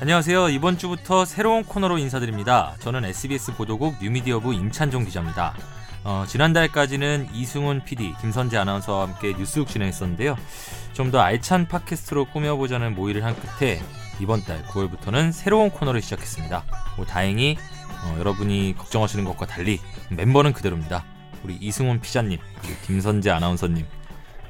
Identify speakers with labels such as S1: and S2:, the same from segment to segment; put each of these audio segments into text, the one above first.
S1: 안녕하세요. 이번 주부터 새로운 코너로 인사드립니다. 저는 SBS 보도국 뉴미디어부 임찬종 기자입니다. 어, 지난달까지는 이승훈 PD, 김선재 아나운서와 함께 뉴스국 진행했었는데요. 좀 더 알찬 팟캐스트로 꾸며보자는 모의를 한 끝에 이번 달 9월부터는 새로운 코너를 시작했습니다. 뭐 다행히 어, 여러분이 걱정하시는 것과 달리 멤버는 그대로입니다. 우리 이승훈 피자님, 그리고 김선재 아나운서님.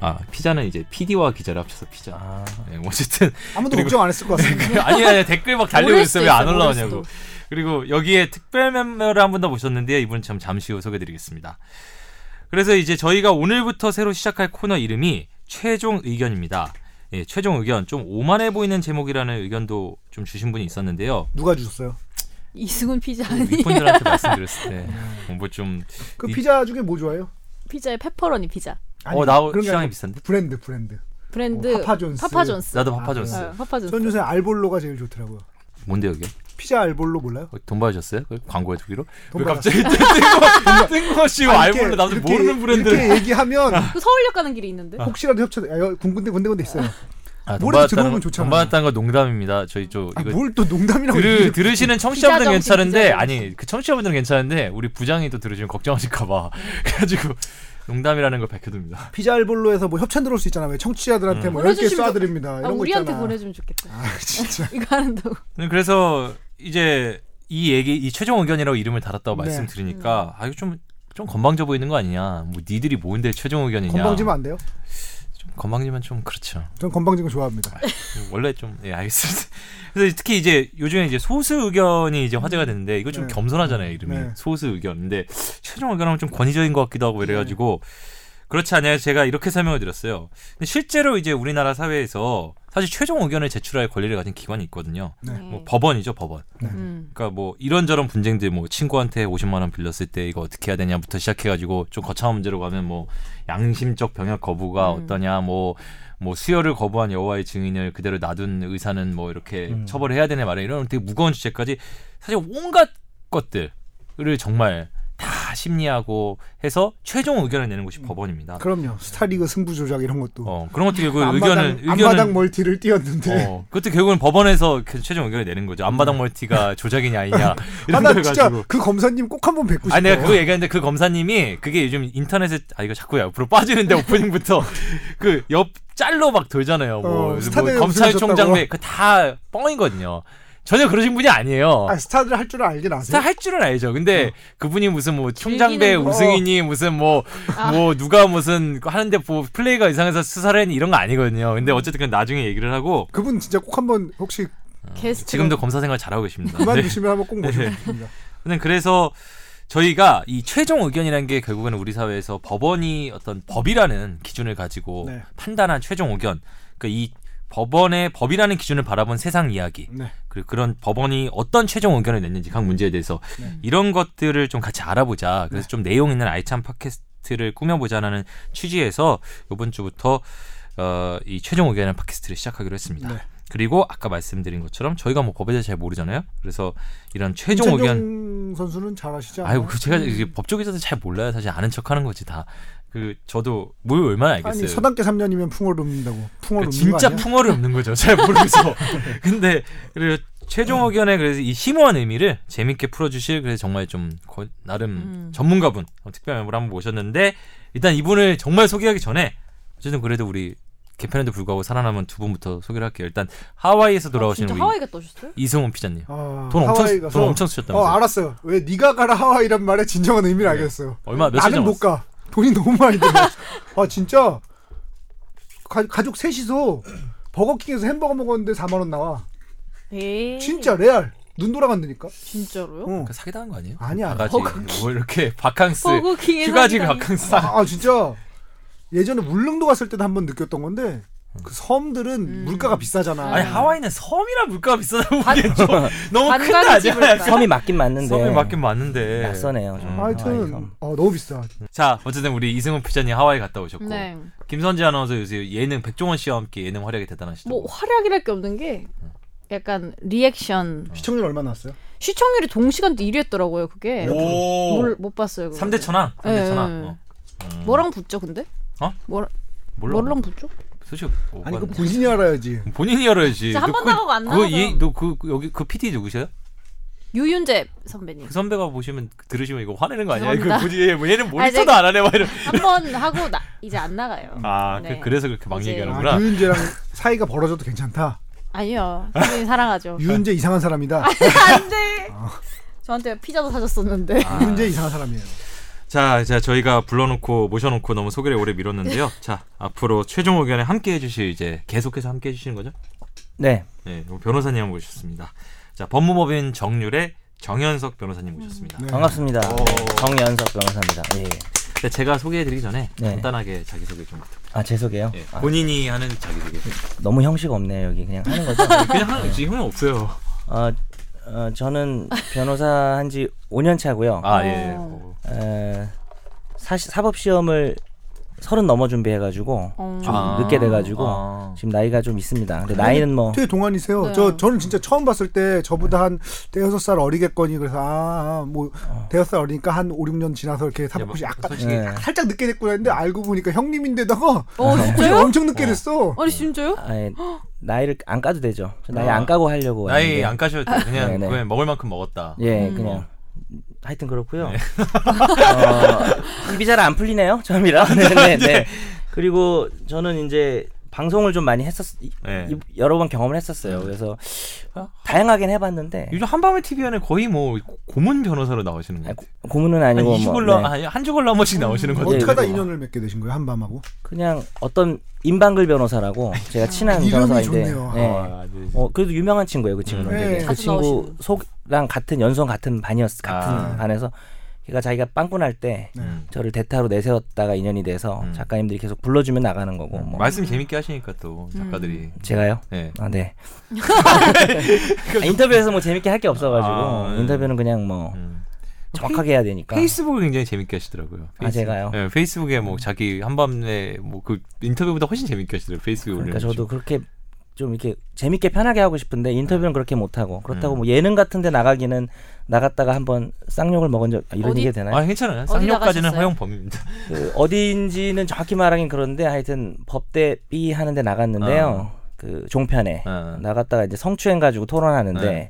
S1: 아 피자는 이제 PD와 기자를 합쳐서 피자.
S2: 아,
S1: 네, 어쨌든 그리고-
S3: 아무도
S1: 네,
S3: 걱정 안 했을 것 같습니다.
S1: 아니 아니 댓글 막 달리고
S4: 모를
S1: 있어
S4: 수도
S1: 왜 안
S4: 있어, 모를
S1: 올라오냐고 그리고 여기에 특별 멤버를 한 분 더 모셨는데요 이분 참 잠시 후 소개드리겠습니다 그래서 이제 저희가 오늘부터 새로 시작할 코너 이름이 최종 의견입니다 예, 최종 의견 좀 오만해 보이는 제목이라는 의견도 좀 주신 분이 있었는데요
S3: 누가 주셨어요?
S4: 이승훈 피자
S1: 그
S4: 아니
S1: 윗분들한테 말씀드렸을
S3: 네.
S1: 때뭐좀
S3: 그
S1: 이-
S3: 피자 중에 뭐 좋아해요?
S4: 피자에 페퍼로니 피자
S3: 아니,
S1: 어, 나
S3: 그런 게
S1: 시장이
S3: 아니고
S1: 비싼데?
S3: 브랜드 브랜드.
S4: 브랜드
S3: 어, 파파존스.
S4: 파파존스
S1: 나도
S3: 아,
S1: 파파존스
S3: 그래요?
S4: 어, 파파존스
S3: 전 요새 알볼로가 제일 좋더라고요.
S1: 뭔데 여기
S3: 피자 알볼로 몰라요?
S1: 돈 받으셨어요? 그걸 광고해 주기로?
S3: 돈 아,
S1: 왜 갑자기 뜬거 뜬거시 알몰로 나도
S3: 이렇게-
S1: 모르는 브랜드
S3: 이렇게 얘기하면
S4: 그 서울역 가는 길이 있는데 어,
S3: 혹시라도 협찬 아, 여기 군군데 군데 군데 있어요.
S1: 아, 돈
S3: 모레도
S1: 받았다는
S3: 들어오면
S1: 건-
S3: 좋잖아.
S1: 돈 받았다는 건 농담입니다. 저희 저
S3: 아,
S1: 이거
S3: 뭘 또 농담이라고
S1: 그 들으,
S3: 얘기해.
S1: 들으시는 청취자분들은
S4: 정신,
S1: 괜찮은데
S4: 기자 정신.
S1: 아니 그 청취자분들은 괜찮은데 우리 부장이 또 들으시면 걱정하실까봐 그래가지고 농담이라는 걸 밝혀둡니다.
S3: 피자 알볼로에서 뭐 협찬 들어올 수 있잖아. 왜 청취자들한테
S1: 음.
S3: 뭐 10개
S4: 보내주시면
S3: 쏴드립니다.
S4: 아,
S3: 이런 거
S4: 우리한테
S3: 있잖아.
S4: 보내주면 좋겠다
S3: 아 진짜.
S4: 이거 하는다고
S1: 네, 그래서 이제 이 얘기 이 최종 의견이라고 이름을 달았다고
S3: 네.
S1: 말씀드리니까 아 이거 좀 좀 건방져 보이는 거 아니냐? 뭐 니들이 뭔데 최종 의견이냐?
S3: 건방지면 안 돼요?
S1: 좀 건방지면 좀 그렇죠.
S3: 전 건방진 거 좋아합니다.
S1: 원래 좀 예 알겠습니다. 그래서 특히 이제 요즘에 이제 소수 의견이 이제 화제가 됐는데 이거 좀
S3: 네.
S1: 겸손하잖아요 이름이
S3: 네.
S1: 소수 의견인데 최종 의견하면 좀 권위적인 것 같기도 하고 이래가지고 그렇지 않아요 제가 이렇게 설명을 드렸어요. 근데 실제로 이제 우리나라 사회에서 사실 최종 의견을 제출할 권리를 가진 기관이 있거든요.
S3: 네.
S1: 뭐 법원이죠 법원.
S4: 음.
S1: 그러니까 뭐 이런저런 분쟁들 뭐 친구한테 50만 원 빌렸을 때 이거 어떻게 해야 되냐부터 시작해가지고 좀 거창한 문제로 가면 뭐 양심적 병역 거부가
S4: 음.
S1: 어떠냐 뭐. 뭐 수혈을 거부한 여호와의 증인을 그대로 놔둔 의사는 뭐 이렇게
S2: 음.
S1: 처벌을 해야 되네 말이야 이런 되게 무거운 주제까지 사실 온갖 것들을 정말 다 심리하고 해서 최종 의견을 내는 곳이 법원입니다.
S3: 그럼요. 스타리그 승부 조작 이런 것도.
S1: 아. 어 그런 것도 결국
S3: 앞마당-
S1: 의견을
S3: 앞마당
S1: 의견을
S3: 멀티를 띄었는데
S1: 어, 그것도 결국은 법원에서 그 최종 의견을 내는 거죠. 안마당 멀티가 조작이냐 아니냐
S3: 아
S1: 이런
S3: 나
S1: 걸
S3: 진짜
S1: 가지고.
S3: 그 검사님 꼭 한번 뵙고 싶어.
S1: 아 내가 그거 얘기하는데 그 검사님이 그게 요즘 인터넷에 아 이거 자꾸 옆으로 빠지는데 오프닝부터 그 옆 짤로 막 돌잖아요.
S3: 어,
S1: 뭐, 뭐
S3: 스타들이
S1: 검찰총장
S3: 웃으셨다고?
S1: 내 그다 뻥이거든요. 전혀 그러신 분이 아니에요.
S3: 아, 어. 스타들 할 줄 알긴 아세요?
S1: 어. 스타 할 줄은 알죠. 근데 그분이 무슨 뭐 총장배
S4: 즐기는 거.
S1: 우승이니 무슨 뭐 뭐
S4: 아.
S1: 누가 무슨 하는데 뭐 플레이가 이상해서 수사를 했니 이런 거 아니거든요.
S3: 음.
S1: 근데 어쨌든 그건 나중에 얘기를 하고
S3: 그분 진짜 꼭 한번 혹시
S4: 게스트
S1: 아, 지금도 검사 생활 잘하고 계십니다. 네.
S3: 그만두시면 한번 꼭 모시고 싶습니다.
S1: 저는 그래서 저희가 이 최종 의견이라는 게 결국에는 우리 사회에서 법원이 어떤 법이라는 기준을 가지고
S3: 네.
S1: 판단한 최종 의견. 그러니까 이 법원의 법이라는 기준을 바라본 세상 이야기.
S3: 네.
S1: 그리고 그런 법원이 어떤 최종 의견을 냈는지 각 문제에 대해서
S3: 네.
S1: 이런 것들을 좀 같이 알아보자. 그래서 좀 내용 있는 알찬 팟캐스트를 꾸며보자라는 취지에서 이번 주부터 어, 이 최종 의견의 팟캐스트를 시작하기로 했습니다.
S3: 네.
S1: 그리고 아까 말씀드린 것처럼 저희가 뭐 법에 대해 잘 모르잖아요. 그래서 이런 최종 의견
S3: 임찬종 선수는 잘하시지 않아요?
S1: 아이고 그 제가 이게 법조계에서도 잘 몰라요 사실 아는 척하는 거지 다 그 저도 뭘 얼마나 알겠어요
S3: 아니 서당계 3년이면 풍어를 읊는다고.
S1: 그러니까
S3: 풍어를 는
S1: 진짜 풍어를 없는 거죠 잘 모르면서 근데 그리고 최종 의견의 그래서 이 심오한 의미를 재밌게 풀어주실 그래서 정말 좀 거- 나름
S4: 음.
S1: 전문가분 어, 특별 멤버를 한번 모셨는데 일단 이분을 정말 소개하기 전에 어쨌든 그래도 우리 개편에도 불구하고 살아남은 두 분부터 소개를 할게요 일단 하와이에서 돌아오신
S4: 진짜
S1: 우리
S4: 하와이 갔다 오셨어요?
S1: 이승훈 피자님
S3: 아,
S1: 돈 엄청
S3: 하와이
S1: 쓰-
S3: 가서
S1: 돈 엄청
S3: 어
S1: 쓰셨다면서요
S3: 알았어요. 왜 네가 가라 하와이란 말의 진정한 의미를 알겠어요.
S1: 얼마 네. 아, 며칠
S3: 나는
S1: 전
S3: 못 가. 돈이 너무 많이 들어. 아 진짜 가, 가족 셋이서 버거킹에서 햄버거 먹었는데 4만 원 나와.
S4: 에이
S3: 진짜 레알. 눈 돌아간다니까.
S4: 진짜로요?
S3: 어.
S1: 그 사기당한 거 아니에요?
S3: 아니야.
S1: 바가지
S4: 버거킹.
S1: 뭐 이렇게 바캉스
S4: 버거킹에서
S1: 휴가지
S4: 사기당해.
S1: 바캉스
S3: 아 진짜 예전에 물릉도 갔을 때도 한 번 느꼈던 건데 그 섬들은
S4: 음.
S3: 물가가 비싸잖아.
S1: 아니 하와이는 섬이라 물가가 비싸다고 보기엔 좀 너무
S4: 반
S1: 큰거
S4: 가는 집을
S1: 아니야?
S4: 가.
S2: 섬이 맞긴 맞는데.
S1: 섬이 맞긴 맞는데
S2: 낯서네요. 좀.
S1: 음.
S2: 하와이
S3: 하여튼
S2: 섬.
S3: 어, 너무 비싸.
S1: 자 어쨌든 우리 이승훈 피자님 하와이 갔다 오셨고
S4: 네.
S1: 김선재 아나운서 요새 예능 백종원 씨와 함께 예능 활약이 대단하시다고
S4: 뭐 활약이랄 게 없는 게 약간 리액션
S3: 시청률 얼마 나왔어요?
S4: 시청률이 동시간대 1위 했더라고요 그게
S1: 오
S4: 뭘, 못 봤어요 그거.
S1: 3대 천왕 3대
S4: 예,
S1: 천왕
S4: 예.
S1: 어.
S4: 뭐랑 붙죠 근데?
S1: 어?
S4: 뭐라,
S1: 몰라
S4: 뭐랑 붙죠?
S1: 도대체 뭐
S3: 아니 그
S1: 하는
S3: 본인이 알아야지.
S1: 거야? 본인이 열어야지.
S4: 진짜 한
S1: 너
S4: 번도
S1: 그-
S4: 하고 안
S1: 그거 이-
S4: 나와서.
S1: 너그그 여기 그 PD 누구세요?
S4: 유윤재 선배님
S1: 그 선배가 보시면 들으시면 이거 화내는 거 아니야? 그
S4: 죄송합니다.
S1: 굳이 얘, 얘는
S4: 아니,
S1: 모니터도 안 하네 막 이런.
S4: 한 번 하고 나, 이제 안 나가요.
S1: 아
S4: 네.
S1: 그, 래서 그렇게 막
S4: 이제-
S1: 얘기하는구나.
S3: 아, 유은재랑 사이가 벌어져도 괜찮다.
S4: 아니요 선배님 사랑하죠.
S3: 유은재 이상한 사람이다.
S4: 안돼. 저한테 피자도 사줬었는데.
S1: 아.
S3: 유은재 이상한 사람이에요.
S1: 자, 자 저희가 불러놓고 모셔놓고 너무 소개를 오래 미뤘는데요. 자 앞으로 최종 의견에 함께해 주실 이제 계속해서 함께해 주시는 거죠?
S2: 네.
S1: 네, 오늘 변호사님 한번 모셨습니다. 자 법무법인 정률의 정현석 변호사님 모셨습니다.
S2: 음.
S3: 네.
S2: 반갑습니다. 정연석 변호사입니다. 예.
S1: 근데 제가 소개해드리기 전에
S2: 네.
S1: 간단하게 자기소개 좀 부탁.
S2: 아, 제 소개요?
S1: 예,
S2: 아,
S1: 본인이 하는 자기소개.
S2: 너무 형식 없네요, 여기. 그냥 하는 거죠?
S1: 그냥 하는 지금은 없어요.
S2: 어, 어, 저는 변호사 한 지 5년 차고요.
S1: 아 예.
S4: 어.
S2: 에, 사, 사법 시험을 서른 넘어 준비해 가지고
S4: 어.
S2: 좀 늦게 돼 가지고
S1: 아.
S2: 지금 나이가 좀 있습니다. 근데 나이는 뭐
S3: 되게 동안이세요.
S4: 네.
S3: 저 저는 진짜 처음 봤을 때 저보다 한 대여섯 살 어리겠거니 그래서 아뭐 대여섯 살 어리니까 한 5, 6년 지나서 이렇게
S2: 아,
S3: 사법고시
S1: 뭐,
S3: 약간
S1: 솔직히
S2: 예.
S3: 살짝 늦게 됐구나 했는데 알고 보니까 형님인데다가
S4: 어
S1: 아,
S3: 사법고시
S4: 진짜요?
S3: 엄청 늦게 됐어.
S4: 아니 진짜요?
S2: 아예 나이를 안 까도 되죠. 저 나이
S1: 아.
S2: 안 까고 하려고
S1: 나이
S2: 왔는데.
S1: 안 까셔도 돼요. 그냥
S2: 네, 네.
S1: 그냥 먹을 만큼 먹었다.
S2: 예,
S4: 음.
S2: 그냥 하여튼 그렇고요. 어, 입이 잘 안 풀리네요, 처음이라. 네, 네, 네. 그리고 저는 이제 방송을 좀 많이 했었, 이-
S1: 네.
S2: 이- 여러 번 경험을 했었어요. 그래서
S3: 아.
S2: 다양하긴 해봤는데
S1: 요즘 한밤의 TV에는 거의 뭐 고문 변호사로 나오시는 것
S2: 아니,
S1: 같아요.
S2: 고- 고문은 아니고
S1: 한
S2: 뭐,
S1: 20을 넘-
S2: 네.
S1: 아니, 한 주걸로 한
S4: 음,
S1: 번씩 나오시는 것
S4: 뭐,
S2: 네,
S1: 같아요.
S3: 어떻게 하다
S2: 그래서.
S3: 인연을 맺게 되신 거예요 한 밤하고?
S2: 그냥 어떤 임방글 변호사라고 제가 친한
S3: 이름이
S2: 변호사인데,
S3: 좋네요.
S2: 네.
S4: 뭐,
S1: 아, 네.
S2: 어 그래도 유명한 친구예요 그 친구는
S1: 음.
S2: 되게
S3: 네.
S2: 그
S4: 자주
S2: 친구
S4: 나오시는.
S2: 속랑 같은 연성 같은 반이었 같은
S1: 아.
S2: 반에서 걔가 자기가 빵꾸 날때
S1: 음.
S2: 저를 대타로 내세웠다가 인연이 돼서
S1: 음.
S2: 작가님들이 계속 불러주면 나가는 거고 뭐
S1: 말씀 재밌게 하시니까 또
S4: 음.
S1: 작가들이.
S2: 제가요?
S1: 네.
S2: 아 네. 아, 인터뷰에서 뭐 재밌게 할 게 없어가지고
S1: 아, 네.
S2: 인터뷰는 그냥 뭐
S1: 음.
S2: 정확하게 해야 되니까.
S1: 페이스북을 굉장히 재밌게 하시더라고요.
S2: 그러니까. 아, 제가요? 음.
S1: 네, 페이스북에 뭐 자기 한밤에 뭐 그 인터뷰보다 훨씬 재밌게 하시더라고요. 페이스북에 올려.
S2: 그러니까 저도 그렇게 좀 이렇게 재밌게 편하게 하고 싶은데
S1: 네.
S2: 인터뷰는 그렇게 못 하고
S1: 음.
S2: 그렇다고 뭐 예능 같은데 나가기는 나갔다가 한번 쌍욕을 먹은 적 아, 이런
S4: 어디-
S2: 얘기 되나요?
S1: 아 괜찮아요.
S4: 어디
S1: 쌍욕까지는
S4: 나가셨어요?
S1: 허용 범위입니다.
S2: 그 어디인지는 정확히 말하긴 그런데 하여튼 법대 B 하는데 나갔는데요. 그 종편에
S1: 아.
S2: 나갔다가 이제 성추행 가지고 토론하는데
S1: 네.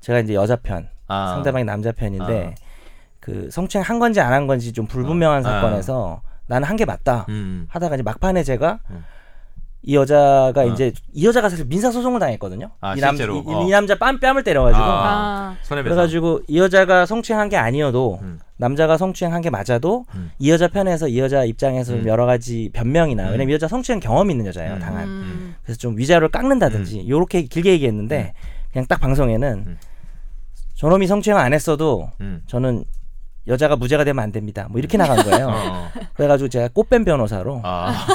S2: 제가 이제 여자 편
S1: 아.
S2: 상대방이 남자
S1: 아.
S2: 편인데 그 성추행 한 건지 안 한 건지 좀 불분명한
S1: 아.
S2: 사건에서 나는 한 게 맞다
S1: 음.
S2: 하다가 이제 막판에 제가
S1: 음.
S2: 이 여자가
S1: 아.
S2: 이제 이 여자가 사실 민사 소송을 당했거든요.
S1: 아,
S2: 이, 남,
S1: 실제로?
S2: 이,
S1: 어.
S2: 이 남자 뺨 뺨을 때려가지고
S1: 아.
S4: 아.
S1: 손해배상.
S2: 그래가지고 이 여자가 성추행한 게 아니어도
S1: 음.
S2: 남자가 성추행한 게 맞아도
S1: 음.
S2: 이 여자 편에서 이 여자 입장에서
S1: 음.
S2: 좀 여러 가지 변명이나
S1: 음.
S2: 왜냐면 이 여자 성추행 경험이 있는 여자예요
S1: 음.
S2: 당한
S4: 음.
S2: 그래서 좀 위자료를 깎는다든지 요렇게 길게 얘기했는데 그냥 딱 방송에는
S1: 음.
S2: 저놈이 성추행 안 했어도
S1: 음.
S2: 저는 여자가 무죄가 되면 안 됩니다 뭐 이렇게 나간
S1: 어,
S2: 거예요
S1: 어.
S2: 그래가지고 제가 꽃뱀 변호사로 네,
S1: 아.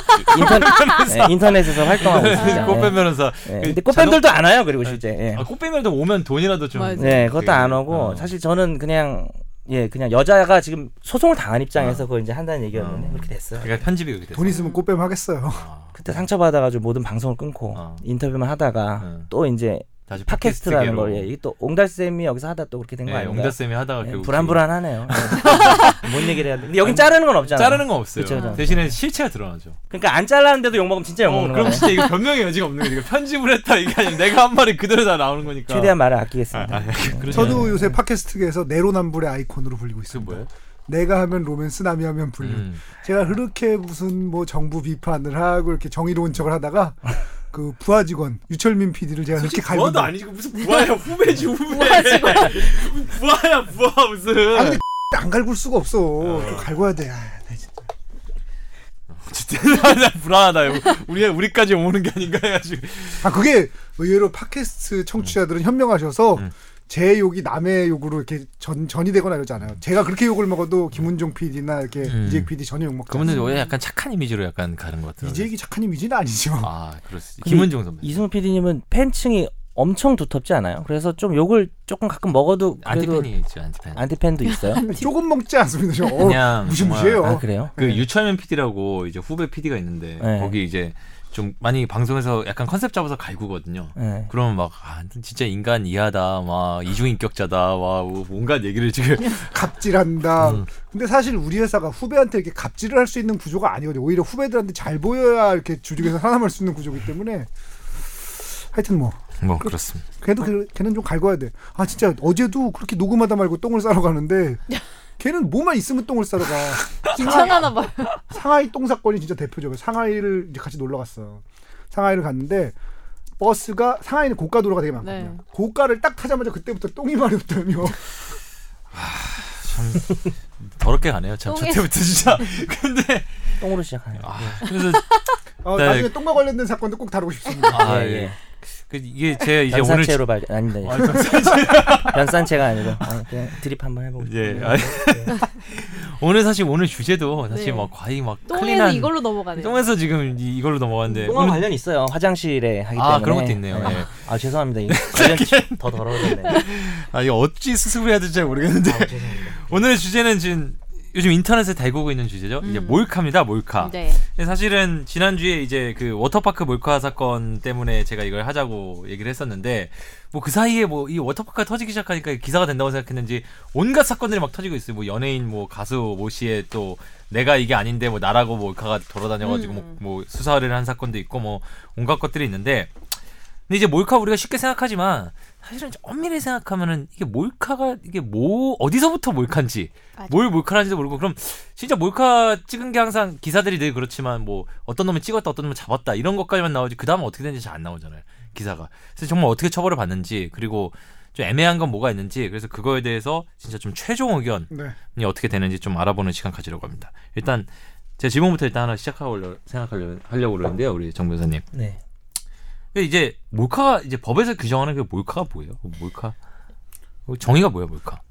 S1: 네,
S2: 인터, 넷에서 활동하고 있습니다
S1: 꽃뱀 변호사.
S2: 예. 예. 근데 꽃뱀들도 안 와요 그리고 실제 예.
S1: 아, 꽃뱀이라도 오면 돈이라도 좀.
S4: 맞아요.
S2: 네, 그것도 안 오고
S1: 어.
S2: 사실 저는 그냥 예, 그냥 여자가 지금 소송을 당한 입장에서 그걸 이제 한다는 얘기였는데
S1: 어.
S2: 그렇게 됐어요.
S1: 그러니까 편집이 그렇게 됐어.
S3: 돈 있으면 꽃뱀 하겠어요.
S1: 아,
S2: 그때 상처받아가지고 모든 방송을 끊고
S1: 어.
S2: 인터뷰만 하다가
S1: 음.
S2: 또 이제
S1: 다시
S2: 팟캐스트라는
S1: 팟캐스트계로.
S2: 걸 예, 이게 또 옹달 쌤이 여기서 하다 또 그렇게 된 거
S1: 예,
S2: 아닌가요?
S1: 용자 쌤이 하다가
S2: 예,
S1: 결국
S2: 불안불안하네요. 예. 뭔 얘기를 해야 돼? 근데 여긴 자르는 건 없잖아.
S1: 그 자르는 건 없어요.
S2: 그쵸, 그쵸.
S1: 대신에 실체가 드러나죠.
S2: 그러니까 안 잘랐는데도 욕 먹으면 진짜
S1: 어,
S2: 욕 먹는
S1: 그럼
S2: 거예요.
S1: 진짜 이거 변명의 여지가 없는 거예요. 이거 편집을 했다 이게 아니면 내가 한 말이 그대로 다 나오는 거니까.
S2: 최대한 음. 말을 아끼겠습니다.
S1: 아, 그렇죠.
S3: 저도 요새 팟캐스트계에서 내로남불의 아이콘으로 불리고
S1: 그
S3: 있습니다.
S1: 뭐예요?
S3: 내가 하면 로맨스, 남이 하면 불륜.
S1: 음.
S3: 제가 그렇게 무슨 뭐 정부 비판을 하고 이렇게 정의로운 척을 하다가 그 부하 직원 유철민 PD를 제가 그렇게 갈고
S1: 부하도 아니고 무슨 부하야 후배지 후배. 부하야 부하 무슨.
S3: 아니, 안 갈굴 수가 없어. 좀 갈궈야 돼. 아, 나 진짜.
S1: 아, 진짜 나 불안하다. 이거. 우리 우리까지 오는 게 아닌가 해가지고.
S3: 아 그게 의외로 팟캐스트 청취자들은 현명하셔서
S1: 음.
S3: 제 욕이 남의 욕으로 이렇게 전 전이 되거나 이러지 않아요. 제가 그렇게 욕을 먹어도 김은종 PD나 이렇게
S1: 음.
S3: 이재익 PD 전혀 욕 먹지
S1: 그분들 원래 약간 착한 이미지로 약간 가는 것 같아요.
S3: 이재익이 착한 이미지는 아니죠.
S1: 아 그렇습니다.
S2: 근데
S1: 김은종 선배.
S2: 이승우 PD님은 팬층이 엄청 두텁지 않아요? 그래서 좀 욕을 조금 가끔 먹어도 그래도
S1: 안티팬이 있죠 안티팬.
S2: 안티팬도 있어요?
S3: 조금 먹지 않습니다. 저. 어,
S1: 그냥
S3: 무시무시해요.
S2: 아 그래요?
S1: 그 유철민 PD라고 이제 후배 PD가 있는데
S2: 네.
S1: 거기 이제 좀 많이 방송에서 약간 컨셉 잡아서 갈구거든요.
S2: 네.
S1: 그러면 막 아, 진짜 인간 이하다, 막 이중인격자다, 와 뭔가 얘기를 지금
S3: 갑질한다.
S1: 음.
S3: 근데 사실 우리 회사가 후배한테 이렇게 갑질을 할 수 있는 구조가 아니거든요. 오히려 후배들한테 잘 보여야 이렇게 조직에서 살아남을 수 있는 구조기 때문에 하여튼 뭐
S1: 뭐 그렇습니다.
S3: 걔도 걔- 걔는 좀 갈궈야 돼. 아 진짜 어제도 그렇게 녹음하다 말고 똥을 싸러 가는데 걔는 뭐만 있으면 똥을 싸러 가.
S4: 귀찮아나 봐요.
S3: 상하이 똥 사건이 진짜 대표적이에요. 상하이를 이제 같이 놀러 갔어. 상하이를 갔는데 버스가 상하이는 고가 도로가 되게 많거든요.
S4: 네.
S3: 고가를 딱 타자마자 그때부터 똥이 마렵다며.
S2: 네.
S1: 더럽게 가네요. 참 저
S4: 똥이-
S1: 때부터 진짜. 근데
S2: 예. 똥으로 시작하네요.
S1: 아, 그래서
S3: 어,
S1: 네.
S3: 나중에 똥과 관련된 사건도 꼭 다루고 싶습니다.
S1: 아,
S2: 예,
S1: 예.
S2: 예.
S1: 그 이게 제가 이제 오늘
S2: 변산체로 발 아닙니다.
S1: 아,
S2: 예.
S1: 감사합니다.
S2: 변산체가 아니고 아, 그냥 드립 한번 해보고
S1: 예.
S2: 싶어요.
S1: 아, 오늘 사실 오늘 주제도 사실
S4: 네.
S1: 막 거의 막
S4: 똥에서
S1: 클린한
S4: 이걸로 네. 뭐 넘어가네요.
S1: 똥에서 지금 이- 이걸로 넘어갔는데
S2: 똥과
S1: 네. 오늘-
S2: 관련 있어요. 화장실에 하기 때문에.
S1: 아 그런 것도 있네요.
S2: 네.
S1: 예.
S2: 아 죄송합니다. 이 관련 더 더러워졌네. 아,
S1: 아 이거 어찌 수습을 해야 될지 잘 모르겠는데
S2: 죄송합니다.
S1: 오늘의 주제는 지금 요즘 인터넷에 달구고 있는 주제죠. 이제
S4: 음.
S1: 몰카입니다. 몰카.
S4: 네.
S1: 근데 사실은 지난주에 이제 그 워터파크 몰카 사건 때문에 제가 이걸 하자고 얘기를 했었는데 뭐 그 사이에 뭐 이 워터파크가 터지기 시작하니까 기사가 된다고 생각했는지 온갖 사건들이 막 터지고 있어요. 뭐 연예인 뭐 가수 모 씨의 또 내가 이게 아닌데 뭐 나라고 몰카가 돌아다녀가지고
S4: 음.
S1: 뭐, 뭐 수사를 한 사건도 있고 뭐 온갖 것들이 있는데 근데 이제 몰카 우리가 쉽게 생각하지만 사실은 엄밀히 생각하면은 이게 몰카가 이게 뭐 어디서부터 몰카인지
S4: 맞아.
S1: 뭘 몰카라는지도 모르고 그럼 진짜 몰카 찍은 게 항상 기사들이 늘 그렇지만 뭐 어떤 놈은 찍었다 어떤 놈은 잡았다 이런 것까지만 나오지 그 다음은 어떻게 되는지 잘 안 나오잖아요 기사가 그래서 정말 어떻게 처벌을 받는지 그리고 좀 애매한 건 뭐가 있는지 그래서 그거에 대해서 진짜 좀 최종 의견이
S3: 네.
S1: 어떻게 되는지 좀 알아보는 시간 가지려고 합니다 일단 제 질문부터 일단 하나 시작하려고 생각하려고 하려고 그러는데요 우리 정 변호사님
S2: 네.
S1: 근데 이제 몰카 이제 법에서 규정하는 그 몰카가 뭐예요? 몰카 어, 정의가 뭐예요, 몰카?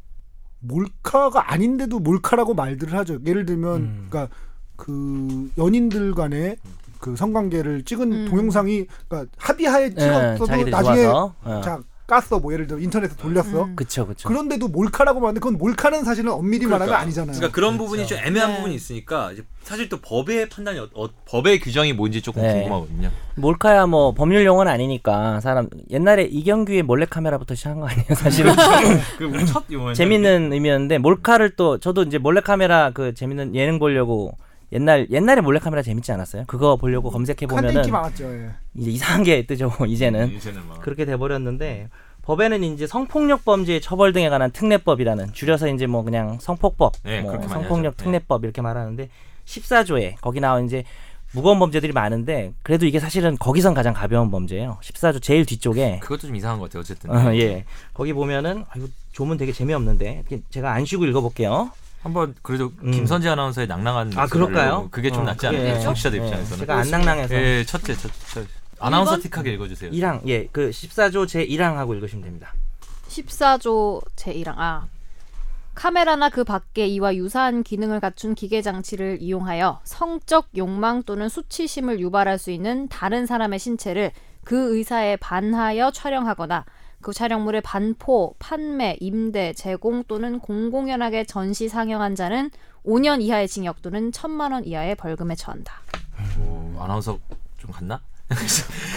S3: 몰카가 아닌데도 몰카라고 말들을 하죠. 예를 들면,
S2: 음.
S3: 그러니까 그 연인들 간의 그 성관계를 찍은
S4: 음.
S3: 동영상이 그러니까 합의하에 찍었어도
S2: 네, 예, 자기들이
S3: 나중에
S2: 좋아서. 어.
S3: 자 깠어 뭐 예를 들어 인터넷에 돌렸어. 그렇죠.
S4: 음.
S2: 그쵸 그쵸.
S3: 그런데도 몰카라고 말하는데 그건 몰카는 사실은 엄밀히 말하면 아니잖아요.
S1: 그러니까 그런 부분이 좀 애매한
S4: 네.
S1: 부분이 있으니까 이제 사실 또 법의 판단이 어, 어, 법의 규정이 뭔지 조금
S2: 네.
S1: 궁금하거든요.
S2: 몰카야 뭐 법률 용어는 아니니까 사람 옛날에 이경규의 몰래 카메라부터 시작한 거 아니에요 사실은
S1: 그첫 요번
S2: 재밌는 의미였는데 몰카를 또 저도 이제 몰래 카메라 그 재밌는 예능 보려고 옛날 옛날에 몰래 카메라 재밌지 않았어요? 그거 보려고 검색해
S3: 칸데 인기
S2: 보면은
S3: 많았죠. 예.
S2: 이제 이상한 게 뜨죠 이제는
S1: 음, 이제는
S3: 뭐.
S1: 막
S2: 그렇게 돼버렸는데 법에는 이제 성폭력 범죄의 처벌 등에 관한 특례법이라는 줄여서 이제 뭐 그냥 성폭법,
S1: 네,
S2: 뭐
S1: 그렇게 많이
S2: 성폭력
S1: 하죠.
S2: 특례법 이렇게 말하는데 14조에 거기 나온 이제 무거운 범죄들이 많은데 그래도 이게 사실은 거기선 가장 가벼운 범죄예요. 14조 제일 뒤쪽에
S1: 그것도 좀 이상한 것 같아요. 어쨌든
S2: 어, 예 거기 보면은 아이고 조문 되게 재미없는데 이렇게 제가 안 쉬고 읽어볼게요.
S1: 한번 그래도
S2: 음.
S1: 김선재 아나운서의 낭낭한
S2: 아,
S1: 목소리로
S2: 그럴까요?
S1: 그게 좀
S2: 어,
S1: 낫지
S2: 그게-
S1: 않나요? 청취자들
S2: 예,
S1: 입장에서는
S2: 제가 안 낭낭해서
S1: 예, 첫째 첫, 첫 아나운서
S4: 일번?
S1: 틱하게 읽어주세요.
S2: 1항 예그 14조 제 1항 하고 읽으시면 됩니다.
S4: 14조 제1항 아 카메라나 그 밖에 이와 유사한 기능을 갖춘 기계 장치를 이용하여 성적 욕망 또는 수치심을 유발할 수 있는 다른 사람의 신체를 그 의사에 반하여 촬영하거나 그 촬영물의 반포, 판매, 임대, 제공 또는 공공연하게 전시 상영한 자는 5년 이하의 징역 또는 1천만 원 이하의 벌금에 처한다.
S1: 오, 아나운서 좀 갔나?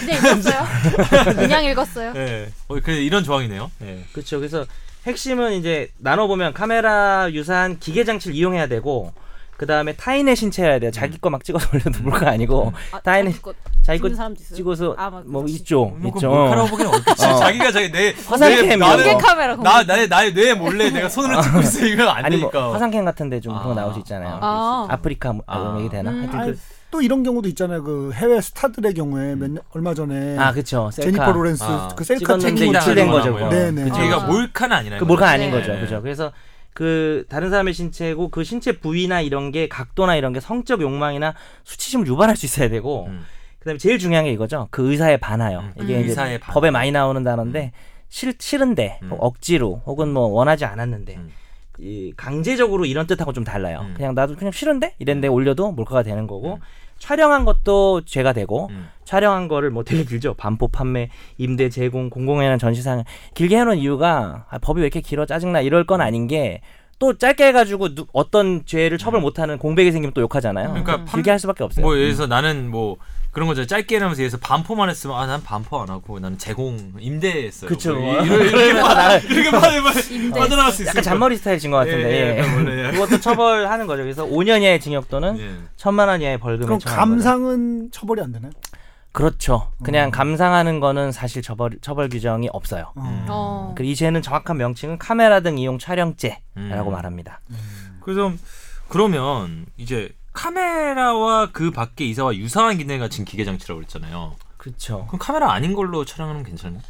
S4: 그냥 읽었어요? 그냥 읽었어요?
S1: 예. 어, 그래 이런 조항이네요. 예.
S2: 그렇죠. 그래서 핵심은 이제 나눠 보면 카메라 유사한 기계 장치를 이용해야 되고 그 다음에 타인의 신체여야 돼요. 자기 거 막 찍어서 올려도 몰카 아니고
S4: 아,
S2: 다행히
S4: 자기 거
S2: 자기 거
S4: 찍는 사람도 있어요?
S2: 찍어서
S4: 아, 맞-
S2: 뭐
S4: 그치.
S2: 있죠,
S1: 뭐
S2: 있죠.
S1: 그럼 몰카라고 보긴 어렵겠지. 자기가 자기 내
S2: 화상캠이요.
S1: 나는
S4: 공개 카메라 공개
S1: 나 나의 나의 뇌 몰래 내가 손으로 찍고 있어 이거 안
S2: 아니 뭐
S1: 되니까.
S2: 화상캠 같은데 좀 그런 거
S1: 아,
S2: 나올 수 있잖아요.
S1: 아.
S2: 아.
S4: 아.
S2: 프리카 뭐, 아,
S1: 아.
S2: 이런 얘기 되나?
S4: 음.
S2: 하여튼
S3: 또 이런 경우도 있잖아요. 그 해외 스타들의 경우에 몇 년, 얼마 전에
S2: 그, 아 그쵸.
S3: 제니퍼
S2: 셀카.
S3: 로렌스
S1: 아. 그러니까
S3: 그 셀카
S2: 찍었는데
S3: 챙기고
S2: 이상한 출된
S3: 거.
S2: 거죠, 그거.
S3: 네네.
S1: 그쵸.
S4: 아.
S1: 이거 몰카는 아니라는
S2: 그 몰카 아닌
S4: 네.
S2: 거죠,
S1: 네.
S2: 그죠? 그래서 그 다른 사람의 신체고 그 신체 부위나 이런 게 각도나 이런 게 성적 욕망이나 수치심을 유발할 수 있어야 되고
S1: 음.
S2: 그다음에 제일 중요한 게 이거죠. 그 의사에 반하여
S1: 음,
S2: 이게
S1: 음.
S2: 이제
S1: 의사에 반하여.
S2: 법에 많이 나오는 단어인데 싫, 싫은데
S1: 음.
S2: 뭐 억지로 혹은 뭐 원하지 않았는데
S1: 음.
S2: 이 강제적으로 이런 뜻하고 좀 달라요.
S1: 음.
S2: 그냥 나도 그냥 싫은데 이랬는데 올려도 몰카가 되는 거고 촬영한 것도 죄가 되고
S1: 음.
S2: 촬영한 거를 뭐 되게 길죠. 반포 판매, 임대 제공, 공공연한 전시상 길게 해놓은 이유가 아, 법이 왜 이렇게 길어 짜증나 이럴 건 아닌 게 또 짧게 해가지고 누- 어떤 죄를 처벌 못하는 공백이 생기면 또 욕하잖아요.
S3: 음.
S1: 그러니까 판-
S2: 길게 할 수밖에 없어요.
S1: 뭐 여기서 나는 뭐 그런 거죠. 짧게 하면서 여기서 반포만 했으면 아 난 반포 안 하고 나는 제공 임대했어요.
S2: 그쵸. 아.
S1: 뭐 이- 이런- 이렇게 빠- 이렇게 빠져 빠져나갈 수 있어요.
S2: 약간 잔머리 스타일인 것 같은데
S1: 예, 예,
S2: 예.
S1: 약간 원래 예.
S2: 그것도 처벌하는 거죠. 그래서 5년 이하의 징역 또는
S1: 예.
S2: 천만 원 이하의 벌금에
S3: 그럼
S2: 처하는 거죠.
S3: 감상은 어. 처벌이 안 되나요?
S2: 그렇죠. 그냥 감상하는 거는 사실 처벌 처벌 규정이 없어요.
S1: 음.
S4: 어.
S2: 그 이 죄는 정확한 명칭은 카메라 등 이용 촬영죄라고
S1: 음.
S2: 말합니다.
S1: 그래서 그러면 이제 카메라와 그 밖에 이사와 유사한 기능을 갖춘 기계 장치라고 그랬잖아요.
S2: 그렇죠.
S1: 그럼 카메라 아닌 걸로 촬영하면 괜찮나요?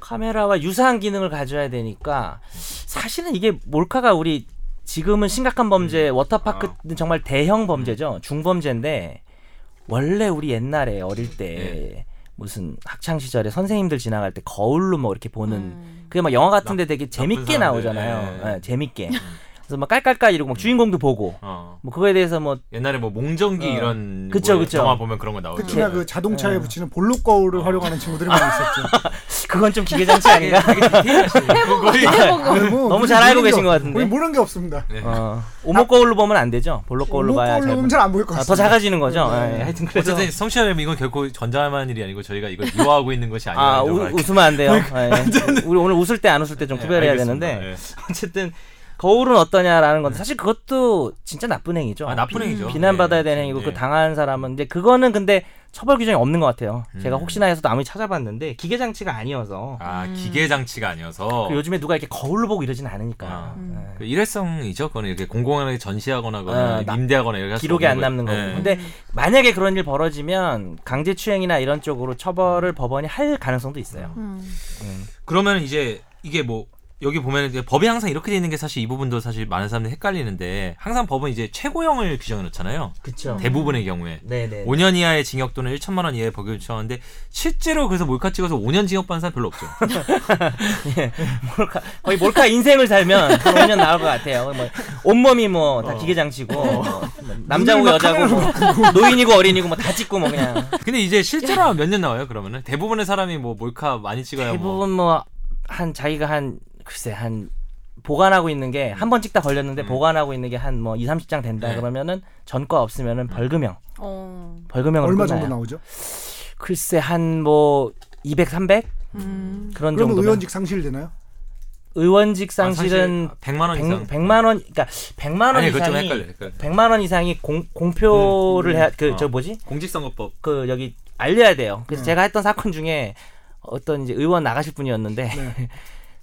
S2: 카메라와 유사한 기능을 가져야 되니까 사실은 이게 몰카가 우리 지금은 심각한 범죄
S1: 음. 아.
S2: 워터파크는 정말 대형 범죄죠 중범죄인데 원래 우리 옛날에 어릴 때
S1: 예.
S2: 무슨 학창 시절에 선생님들 지나갈 때 거울로 뭐 이렇게 보는
S4: 음.
S2: 그게 막 영화 같은데 되게 재밌게
S1: 사람들,
S2: 나오잖아요
S1: 예. 음.
S2: 예, 재밌게 그래서 막 깔깔깔 이러고 막 주인공도 보고
S1: 어.
S2: 뭐 그거에 대해서 뭐
S1: 옛날에 뭐 몽정기
S2: 어.
S1: 이런
S2: 그쵸,
S1: 뭐
S2: 그쵸.
S1: 영화 보면 그런 거 나오죠.
S3: 특히나
S2: 네.
S3: 그 자동차에 붙이는 볼록 거울을 활용하는 친구들이 많이 있었죠.
S2: 그건 좀 기계장치 아닌가
S4: 아, 해보고
S3: 그리고
S2: 너무
S3: 우리
S2: 잘 알고
S3: 모르는 게
S2: 계신 것
S3: 없-
S2: 같은데.
S3: 우리 모르는 게 없습니다.
S2: 어, 오목 거울로 보면 안 되죠 볼록 거울로
S3: 볼록
S2: 봐야 잘
S3: 거울로 보면
S2: 보이-
S3: 잘 안 보일 것
S2: 아,
S3: 같습니다.
S2: 더 작아지는 거죠
S3: 네.
S2: 예, 하여튼 그래서
S1: 어쨌든 성취자 여러분 이건 결코 전자할 만한 일이 아니고 저희가 이걸 미워하고 있는 것이 아니라 그러니까
S2: 아, 우, 네, 웃으면 안 돼요. 예, 예. 우리 오늘 웃을 때 안 웃을 때 좀
S1: 네,
S2: 구별해야 되는데 어쨌든 거울은 어떠냐라는 건데 사실 그것도 진짜 나쁜 행위죠.
S1: 아, 나쁜 행위죠.
S2: 비난받아야
S1: 네,
S2: 되는 행위고 그
S1: 네.
S2: 당한 사람은 이제 그거는 근데 처벌 규정이 없는 것 같아요. 제가
S1: 음.
S2: 혹시나 해서 아무리 찾아봤는데 기계 장치가 아니어서
S1: 아 기계 장치가 아니어서
S2: 그 요즘에 누가 이렇게 거울로 보고 이러진 않으니까
S1: 아,
S2: 예.
S1: 그 일회성이죠. 그거는 이렇게 공공연하게 전시하거나
S2: 어, 나-
S1: 임대하거나 이렇게 할수
S2: 기록에 안
S1: 없는
S2: 남는 거고.
S1: 거예요. 예.
S2: 근데 만약에 그런 일 벌어지면 강제추행이나 이런 쪽으로 처벌을 법원이 할 가능성도 있어요.
S4: 음.
S1: 그러면 이제 이게 뭐 여기 보면 이제 법이 항상 이렇게 돼 있는 게 사실 이 부분도 사실 많은 사람들이 헷갈리는데 항상 법은 이제 최고형을 규정해 놓잖아요.
S2: 그렇죠.
S1: 대부분의 경우에
S2: 네네.
S1: 5년 이하의 징역 또는 1천만 원 이하의 벌금을 처하는데 실제로 그래서 몰카 찍어서 5년 징역 받는 사람 별로 없죠.
S2: 몰카 거의 몰카 인생을 살면 한 5년 나올 것 같아요. 뭐 온몸이 뭐
S1: 어.
S2: 다 기계 장치고 뭐 남자고
S3: 눈을 막
S2: 여자고 뭐 노인이고 어린이고 뭐 다 찍고 뭐 그냥
S1: 근데 이제 실제로 하면 몇 년 나와요? 그러면은 대부분의 사람이 뭐 몰카 많이 찍어야 뭐
S2: 대부분 뭐 한 자기가 한 글쎄 한 보관하고 있는 게 한 번 찍다 걸렸는데
S1: 음.
S2: 보관하고 있는 게 한 뭐 2, 30장 된다
S1: 네. 음.
S2: 그러면은 전과 없으면은 벌금형
S4: 어.
S2: 벌금형으로
S3: 얼마
S2: 끝나요.
S3: 정도 나오죠?
S2: 글쎄 한 뭐 200, 300
S4: 음.
S2: 그런
S3: 그러면
S2: 정도.
S3: 의원직 상실되나요?
S2: 의원직 상실은
S1: 아, 사실 100만 원 이상.
S2: 100, 만원 그러니까 100만 원
S1: 아니 그거 좀 그러니까
S2: 이상이
S1: 헷갈려. 헷갈려.
S2: 100만 원 이상이 공, 공표를 해야 그
S1: 어.
S2: 저 뭐지?
S1: 공직선거법.
S2: 그 여기 알려야 돼요. 그래서 제가 했던 사건 중에 어떤 이제 의원 나가실 분이었는데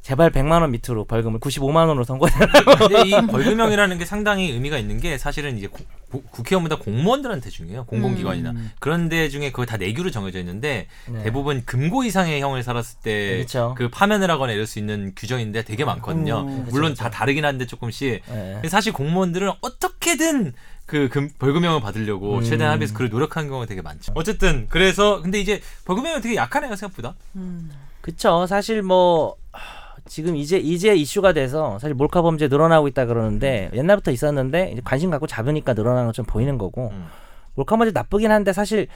S2: 제발 100만 원 밑으로 벌금을 95만 원으로 선고해달라.
S1: 근데 이 벌금형이라는 게 상당히 의미가 있는 게 사실은 이제 고- 고- 국회의원보다 공무원들한테 중요해요. 공공기관이나
S2: 음.
S1: 그런 데 중에 그거 다 내규로 정해져 있는데 대부분 금고 이상의 형을 살았을 때 그
S2: 네. 그쵸.
S1: 파면을 하거나 이럴 수 있는 규정인데 되게 많거든요. 물론 다 다르긴 한데 조금씩
S2: 음, 그렇죠, 네.
S1: 사실 공무원들은 어떻게든 그 금- 벌금형을 받으려고
S2: 음.
S1: 최대한 합의해서 그를 노력하는 경우가 되게 많죠. 어쨌든 그래서 근데 이제 벌금형이 되게 약하네요 생각보다.
S4: 음.
S2: 그쵸. 사실 뭐 하, 지금 이제 이제 이슈가 돼서 사실 몰카 범죄 늘어나고 있다 그러는데
S1: 음.
S2: 옛날부터 있었는데 이제 관심 갖고 잡으니까 늘어나는 것좀 보이는 거고
S1: 음.
S2: 몰카 범죄 나쁘긴 한데 사실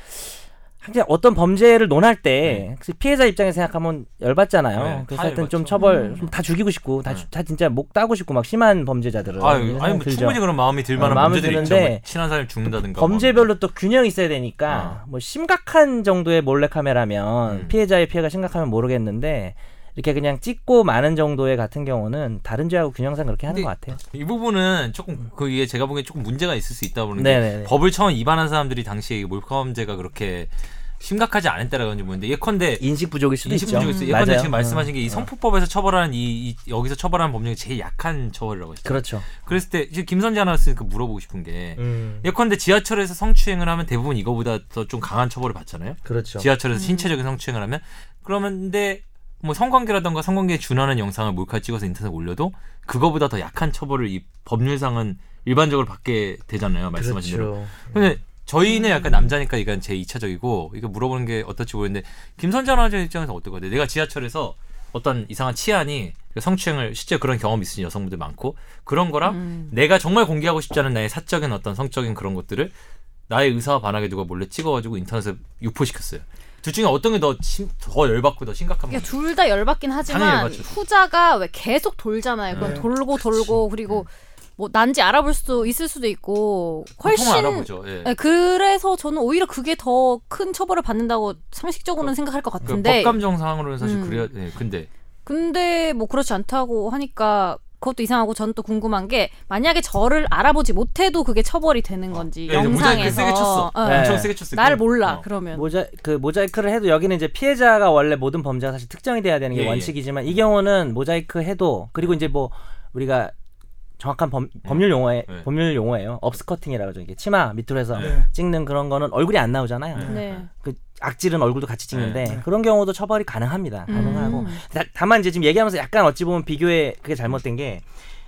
S2: 항상 어떤 범죄를 논할 때 피해자 입장에서 생각하면 열받잖아요.
S1: 네,
S2: 그래서
S1: 다
S2: 하여튼
S1: 열받죠. 음.
S2: 좀
S1: 네.
S2: 처벌 좀다 죽이고 싶고 다, 주- 다 진짜 목 따고 싶고 막 심한 범죄자들은
S1: 아유, 아니
S2: 생각
S1: 뭐
S2: 들죠.
S1: 충분히 그런 마음이 들
S2: 어,
S1: 만한
S2: 네. 마음이
S1: 문제들이 있죠.
S2: 드는데
S1: 뭐 친한 사람이 죽는다든가. 뭐.
S2: 범죄별로 또 균형이 있어야 되니까 뭐 심각한 정도의 몰래카메라면
S1: 음.
S2: 피해자의 피해가 심각하면 모르겠는데 이렇게 그냥 찍고 많은 정도의 같은 경우는 다른 죄하고 균형상 그렇게 하는
S1: 근데-
S2: 것 같아요.
S1: 이 부분은 조금 그 이게 제가 보기엔 조금 문제가 있을 수 있다 보는 게
S2: 네네네.
S1: 법을 처음 위반한 사람들이 당시에 이 몰카범죄가 그렇게 심각하지 않았다라고 하는지 모르는데 예컨대
S2: 인식 부족일 수도
S1: 인식
S2: 있죠.
S1: 문제가 있어요. 예컨대
S2: 맞아요.
S1: 지금 말씀하신 게 이 성폭법에서 처벌하는 이, 이- 여기서 처벌하는 법령이 제일 약한 처벌이라고
S2: 어,
S1: 했죠.
S2: 그렇죠.
S1: 그랬을 때 지금 김선재 아나운서니까 물어보고 싶은 게 예컨대 지하철에서 성추행을 하면 대부분 이거보다 더 좀 강한 처벌을 받잖아요.
S2: 그렇죠.
S1: 지하철에서 신체적인 성추행을 하면 그런데 뭐 성관계라던가 성관계에 준하는 영상을 몰카 찍어서 인터넷에 올려도 그거보다 더 약한 처벌을 이 법률상은 일반적으로 받게 되잖아요 말씀하신 대로
S2: 그렇죠.
S1: 근데 저희는 약간 남자니까 이건 제 2차적이고 이거 물어보는 게 어떨지 모르겠는데 김선재 아나운서 입장에서 어떨 것 같아요 내가 지하철에서 어떤 이상한 치안이 그 성추행을 실제 그런 경험 이 있으신 여성분들 많고 그런 거랑
S4: 음.
S1: 내가 정말 공개하고 싶지 않은 나의 사적인 어떤 성적인 그런 것들을 나의 의사와 반하게 누가 몰래 찍어가지고 인터넷에 유포시켰어요. 둘 중에 어떤 게 더 더 열받고 더 심각한 거
S4: 그러니까 둘 다 열받긴 하지만
S1: 당연히 열받죠. 네.
S2: 네.
S4: 후자가 왜 계속 돌잖아요. 그럼 돌고 돌고 그리고 뭐 난지 알아볼 수도 있을 수도 있고 훨씬
S1: 보통 알아보죠. 예.
S4: 네, 그래서 저는 오히려 그게 더 큰 처벌을 받는다고 상식적으로는 생각할 것
S1: 그
S4: 같은데
S1: 법감정 상황으로는 사실
S4: 음.
S1: 그래야 예, 근데
S4: 근데 뭐 그렇지 않다고 하니까 그것도 이상하고 저는 또 궁금한 게 만약에 저를 알아보지 못해도 그게 처벌이 되는 건지
S1: 예, 모자이크
S4: 영상에서
S1: 세게 쳤어.
S4: 어,
S2: 네.
S1: 엄청 세게 쳤어.
S4: 나를 몰라
S1: 어.
S4: 그러면
S2: 모자 그 모자이크를 해도 여기는 이제 피해자가 원래 모든 범죄가 사실 특정이 돼야 되는 게
S1: 예, 예.
S2: 원칙이지만 이 경우는 모자이크 해도 그리고 이제 뭐 우리가 정확한 범, 법률 용어에
S1: 네.
S2: 법률 용어예요. 업스커팅이라고 하죠. 이게 치마 밑으로 해서
S1: 네.
S2: 찍는 그런 거는 얼굴이 안 나오잖아요.
S4: 네.
S2: 그 악질은 얼굴도 같이 찍는데
S1: 네.
S2: 그런 경우도 처벌이 아, 가능합니다. 가능하고
S4: 음.
S2: 다- 다만 이제 지금 얘기하면서 약간 어찌 보면 비교에 그게 잘못된 게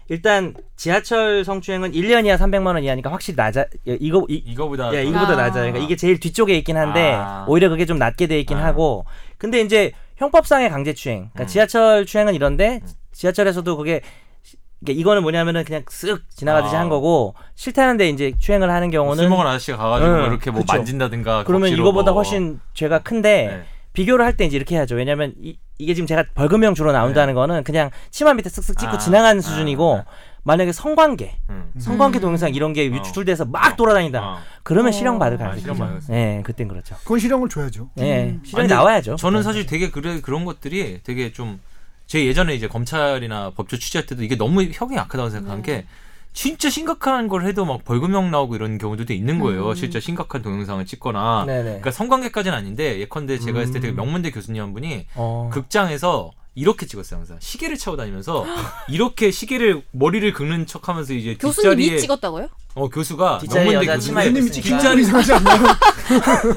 S2: 일단 지하철 성추행은 1년 이하 300만 원 이하니까 확실히 낮아 이거 이,
S1: 이거보다
S2: 예,
S1: 더-
S2: 이거보다
S4: 아.
S2: 낮아요. 그러니까 이게 제일 뒤쪽에 있긴 한데
S1: 아.
S2: 오히려 그게 좀 낮게 돼 있긴
S1: 아.
S2: 하고. 근데 이제 형법상의 강제추행. 그러니까
S1: 음.
S2: 지하철 추행은 이런데 지하철에서도 그게 시- 그러니까 이거는 뭐냐면은 그냥 쓱 지나가듯이
S1: 아.
S2: 한 거고 싫다는데 이제 추행을 하는 경우는
S1: 술 먹은 아저씨가 가가지고
S2: 응,
S1: 뭐 이렇게 뭐
S2: 그쵸.
S1: 만진다든가
S2: 그러면
S1: 겉으로
S2: 이거보다
S1: 뭐-
S2: 훨씬 네. 죄가 큰데
S1: 예.
S2: 비교를 할 때 이제 이렇게 해야죠. 왜냐면 이, 게 지금 제가 벌금형 주로 나온다는 거는 그냥 치마 밑에 쓱쓱 찍고
S1: 네. 아,
S2: 지나가는
S1: 아,
S2: 수준이고
S1: 아.
S2: 만약에 성관계,
S1: 응.
S2: 성관계
S4: 음.
S2: 동영상 이런 게
S1: 어.
S2: 유출돼서 막
S1: 어.
S2: 돌아다닌다.
S1: 어.
S2: 그러면
S4: 어.
S2: 실형 받을
S4: 아,
S2: 가능성이
S1: 실형 받을
S2: 있죠. 예, 그땐 그렇죠.
S3: 그건 실형을 줘야죠.
S2: 예,
S4: 음.
S2: 실형이
S1: 아니,
S2: 나와야죠. 네.
S1: 저는 사실 되게 그래, 그런 것들이 되게 좀 제 예전에 이제 검찰이나 법조 취재할 때도 이게 너무 형이 약하다고
S2: 음.
S1: 생각한 게 진짜 심각한 걸 해도 막 벌금형 나오고 이런 경우들도 있는 거예요.
S4: 음.
S1: 실제 심각한 동영상을 찍거나
S2: 네네. 음.
S1: 그러니까 성관계까지는 아닌데 예컨대 제가 했을 때 되게 명문대 교수님 한 분이
S2: 어.
S1: 극장에서 이렇게 찍었어요 항상 시계를 차고 다니면서 이렇게 시계를 머리를 긁는 척하면서 이제
S4: 교수님이
S1: 뒷자리에
S4: 찍었다고요?
S1: 어 교수가
S2: 뒷자리에
S1: 명문대
S2: 여자 치마
S1: 교수인데
S2: 입고
S3: 선생님이
S2: 있으니까.
S3: 찍힌 건 이상하지 않나요?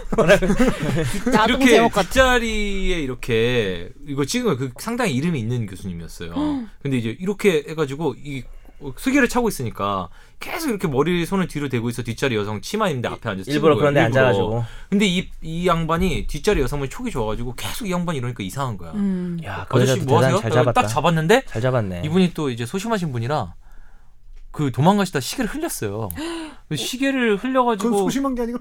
S4: 나도
S1: 이렇게
S4: 제목 같아.
S1: 뒷자리에 이렇게 이거 찍은 거그 상당히 이름이 있는 교수님이었어요. 근데 이제 이렇게 해가지고 이 어, 시계를 차고 있으니까 계속 이렇게 머리 손을 뒤로 대고 있어 뒷자리 여성 치마인데 앞에 앉아서
S2: 일부러
S1: 찍은 거예요,
S2: 그런데
S1: 일부러.
S2: 앉아가지고.
S1: 근데 이, 이 양반이 뒷자리 여성분이 촉이 좋아가지고 계속 이 양반이 이러니까 이상한 거야.
S4: 음.
S2: 야, 그
S1: 아저씨
S2: 여자도
S1: 뭐 하세요?
S2: 대단 잘
S1: 내가
S2: 잡았다.
S1: 딱 잡았는데
S2: 잘 잡았네.
S1: 이분이 또 이제 소심하신 분이라 그 도망가시다 시계를 흘렸어요. 시계를 흘려가지고
S3: 그건 소심한 게 아니고